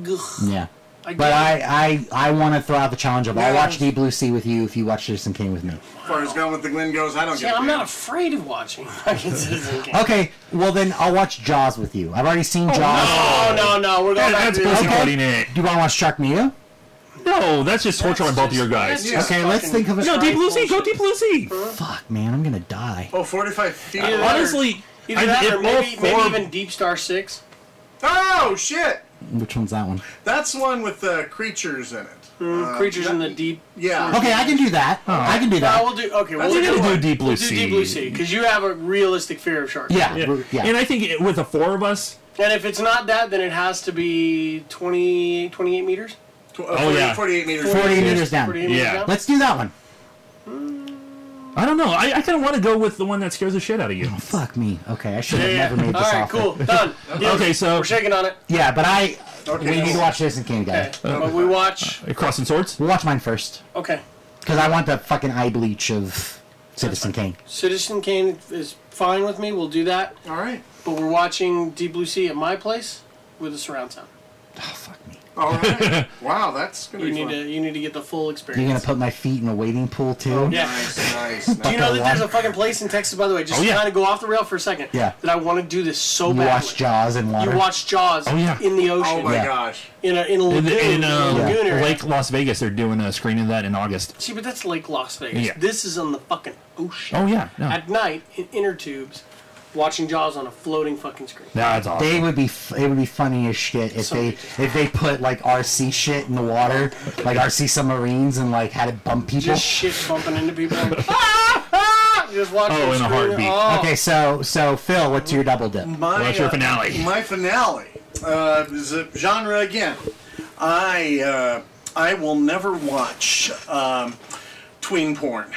Ugh. Yeah. I But get I, I, I want to throw out the challenge of I'll watch Yes. Deep Blue Sea with you if you watch Citizen Kane with me. As far as Gone with the Glen goes, I don't Yeah, get I'm not afraid of watching fucking Citizen Kane. Okay, well then I'll watch Jaws with you. I've already seen Jaws. Oh, no, no. We're going That- back that's to the pussy Okay. farting in it. Do you want to watch Sharknado? No, that's just torture on both of your guys. Yeah. Okay, let's think of it. No, Deep Blue Sea, go Deep Blue Sea. Fuck, man, I'm going to die. Oh, 45 feet. Either that or- Honestly, Either that if or both maybe, maybe form- even Deep Star 6. Oh, shit! Which one's that one? That's the one with the creatures in it. Uh, Creatures in yeah. the Deep. Yeah. Okay, I can do that. I can do No, that. we'll do. Okay, we'll We're do, gonna do Deep Blue we'll Sea. do Deep Blue Sea because you have a realistic fear of sharks. Yeah. Yeah. we're- yeah. And I think it- with the four of us, And if it's not that, then it has to be 20, 28 meters. Tw- uh, Oh, 40 yeah. 48 meters. 48 meters down. 48 meters Yeah. down? Let's do that one. I don't know. I, I kind of want to go with the one that scares the shit out of you. Fuck me. Okay, I should have Yeah. never made this All right, offer. cool. Done. Yeah, Okay, so We're shaking on it. Yeah, but I Okay, we need to watch Citizen Kane, guys. Okay. But we watch. uh, crossing swords. We'll watch mine first Okay. because I want the fucking eye bleach of Citizen Kane. Citizen Kane is fine with me. We'll do that. All right. But we're watching Deep Blue Sea at my place with a surround sound. Oh fuck me! All right. wow, that's going to You be need fun. to you need to get the full You're experience. gonna put my feet in a wading pool too? Oh, Yeah. Nice, nice, Do nice. you know that Fucking there's a watch- fucking place in Texas, by the way, just Oh, yeah. to kind of go off the rail for a second? Yeah. That I want to do this so You badly. watch Jaws and water. You watch Jaws Oh, yeah. in the ocean. Oh, my Yeah. gosh. In a, in a lagoon. In, in uh, a lagoon area. Lake Las Vegas, they're doing a screening of that in August. See, but that's Lake Las Vegas. Yeah. This is on the fucking ocean. Oh yeah, no, At night, in inner tubes, watching Jaws on a floating fucking screen. that's awesome. They would be f- it would be funny as shit if they if they put like RC shit in the water, like RC submarines, and like had it bump people. Just shit bumping into people. Ah, ah, just watching Oh, the in a screen. heartbeat. Oh. Okay, so so Phil, what's your double dip? My, What's your uh, finale? My finale uh, is a genre again. I uh, I will never watch um, tween porn.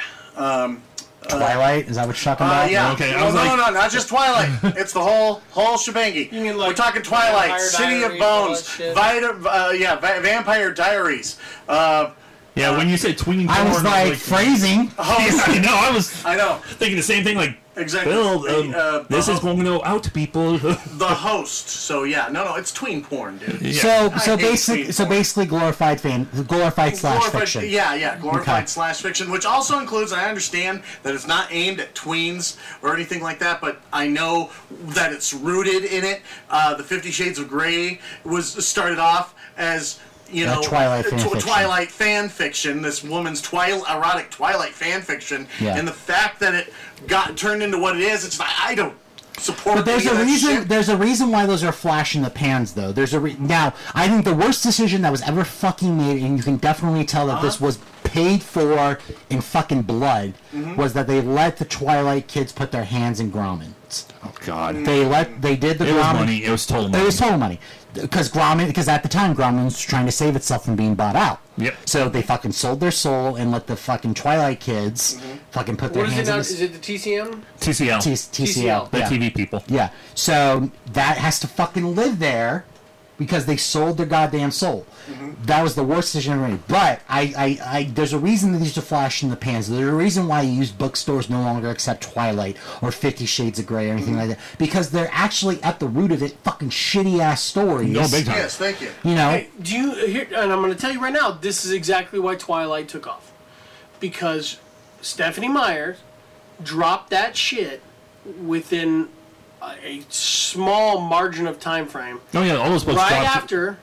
Twilight? Is that what you're talking Uh, about? yeah. okay, I No, was no, like- no, no, not just Twilight. it's the whole whole shebangy. You mean like we're talking Twilight, Vampire City of Diaries, all Bones, that shit? Vita, uh, yeah, Va- Vampire Diaries. Uh, yeah, when you say tween, I was porn, like phrasing. Yeah, I know. I was I know thinking the same thing. Like, Exactly. Bill, The, um, uh, this the- is going to go out, people. the host. So yeah, no, no, it's tween porn, dude. So so hate basic sweet so porn. basically glorified fan glorified slash Glorified- fiction. Yeah, yeah, glorified Okay. slash fiction, which also includes. I understand that it's not aimed at tweens or anything like that, but I know that it's rooted in it. Uh, the Fifty Shades of Grey was started off as you Yeah, know, Twilight fan tw- fiction. Twilight fan fiction, this woman's twil- erotic Twilight fan fiction, Yeah. and the fact that it got turned into what it is, it's like, I don't support But there's any a of that reason. shit. There's a reason why those are flash in the pans, though. There's a re- now. I think the worst decision that was ever fucking made, and you can definitely tell that this was paid for in fucking blood, was that they let the Twilight kids put their hands in grommets. Oh God. Mm. They let they did the It was grommet. money. It was total money. Um, It was total money. Because Gromit, because at the time Gromit was trying to save itself from being bought out. Yep. So they fucking sold their soul and let the fucking Twilight kids fucking put their What is it hands now? in Is the it the TCM? TCL. T- TCL? TCL. the yeah. TV people. Yeah. So that has to fucking live there because they sold their goddamn soul. Mm-hmm. That was the worst decision ever made. But I, I, I, there's a reason that these are flash in the pans. There's a reason why used bookstores no longer accept Twilight or Fifty Shades of Grey or anything Mm-hmm. like that because they're actually at the root of it fucking shitty ass stories. No big time. Yes, thank you. You know. Hey, do you here? And I'm going to tell you right now. This is exactly why Twilight took off, because Stephanie Meyer dropped that shit within a, a small margin of time frame. Oh yeah, all those books Right dropped. after,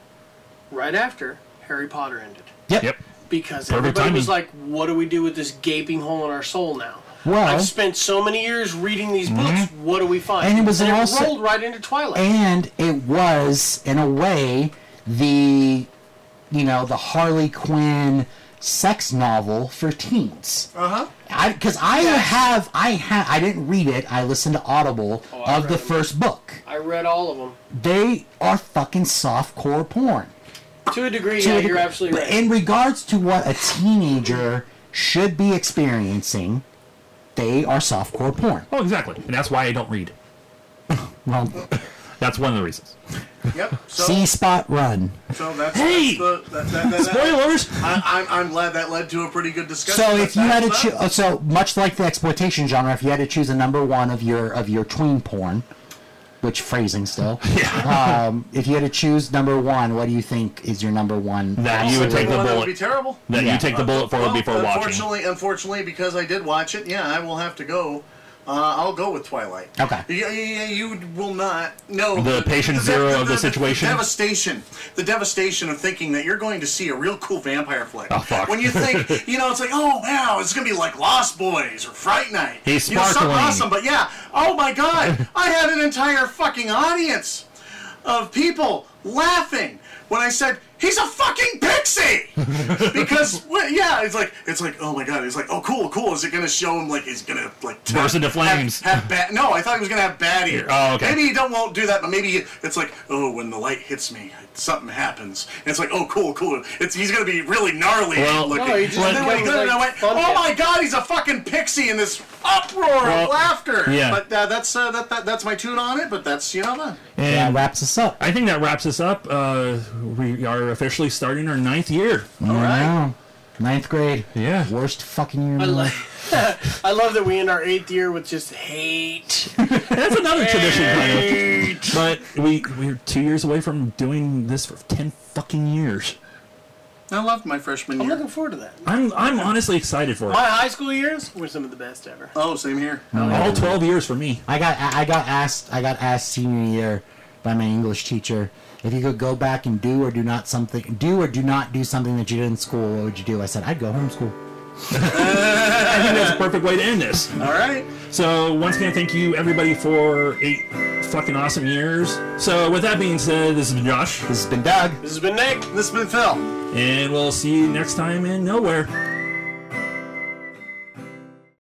right after Harry Potter ended, Yep. because Perfect everybody was timing. like, "What do we do with this gaping hole in our soul now?" Well- Mm-hmm. I've spent so many years reading these books. What do we find? And it was it also- rolled right into Twilight. and it was in a way the you know the harley quinn sex novel for teens uh-huh because i, have i have i didn't read it i listened to audible Oh, I of the read it. first book I read all of them they are fucking softcore porn to a degree. to yeah, a you're degree. absolutely But right. In regards to what a teenager should be experiencing, they are softcore porn. Oh, exactly. And that's why I don't read. Well, That's one of the reasons. Yep. So, C spot run. so that's, Hey! that's the, that, that, that, that, Spoilers. I, I'm, I'm glad that led to a pretty good discussion. So but if you had to that's not- choose, so much like the exploitation genre, if you had to choose a number one of your of your tween porn, which phrasing still, yeah. um, if you had to choose number one, what do you think is your number one? That you would take the Well, that would be bullet. terrible. That Yeah. you take the bullet for Well, before watching. unfortunately, unfortunately, because I did watch it, yeah, I will have to go. Uh, I'll go with Twilight. Okay. Yeah, yeah, yeah, you will not know The patient zero of the situation? devastation, the devastation of thinking that you're going to see a real cool vampire flick. Oh, fuck. When you think, you know, it's like, oh wow, it's gonna be like Lost Boys or Fright Night. He's you know, something sparkling. awesome, but yeah, oh my god, I had an entire fucking audience of people laughing when I said he's a fucking pixie because well, yeah it's like it's like oh my god it's like oh cool cool is it gonna show him like he's gonna like tap- Burst into have- flames. have, bad no I thought he was gonna have bad ears Oh, okay. maybe he don't won't do that but maybe he- it's like oh when the light hits me something happens and it's like oh cool cool it's he's gonna be really gnarly Well, looking No, he just And then when he becomes, goes in, I like, went, fun oh kid. my god he's a fucking pixie in this uproar Well, of laughter yeah. but uh, that's uh, that, that that's my tune on it but that's you know the That And wraps us up. I think that wraps us up. Uh, we are officially starting our ninth year. all right. Wow. Ninth grade. Yeah. Worst fucking year. I, of my lo- life. I love that we end our eighth year with just hate. That's another tradition. Kind of. But we we're two years away from doing this for ten fucking years. I loved my freshman I'm year. looking forward to that. I'm I'm honestly excited for it. My high school years were some of the best ever. Oh, same here. All twelve years for me. I got I I got asked I got asked senior year by my English teacher if you could go back and do or do not something do or do not do something that you did in school. What would you do? I said I'd go homeschool. I think that's a perfect way to end this. All right. So once again, thank you everybody for eight fucking awesome years. So with that being said, this is Josh, This has been Doug. This has been Nick. This has been Phil. and we'll see you next time in nowhere.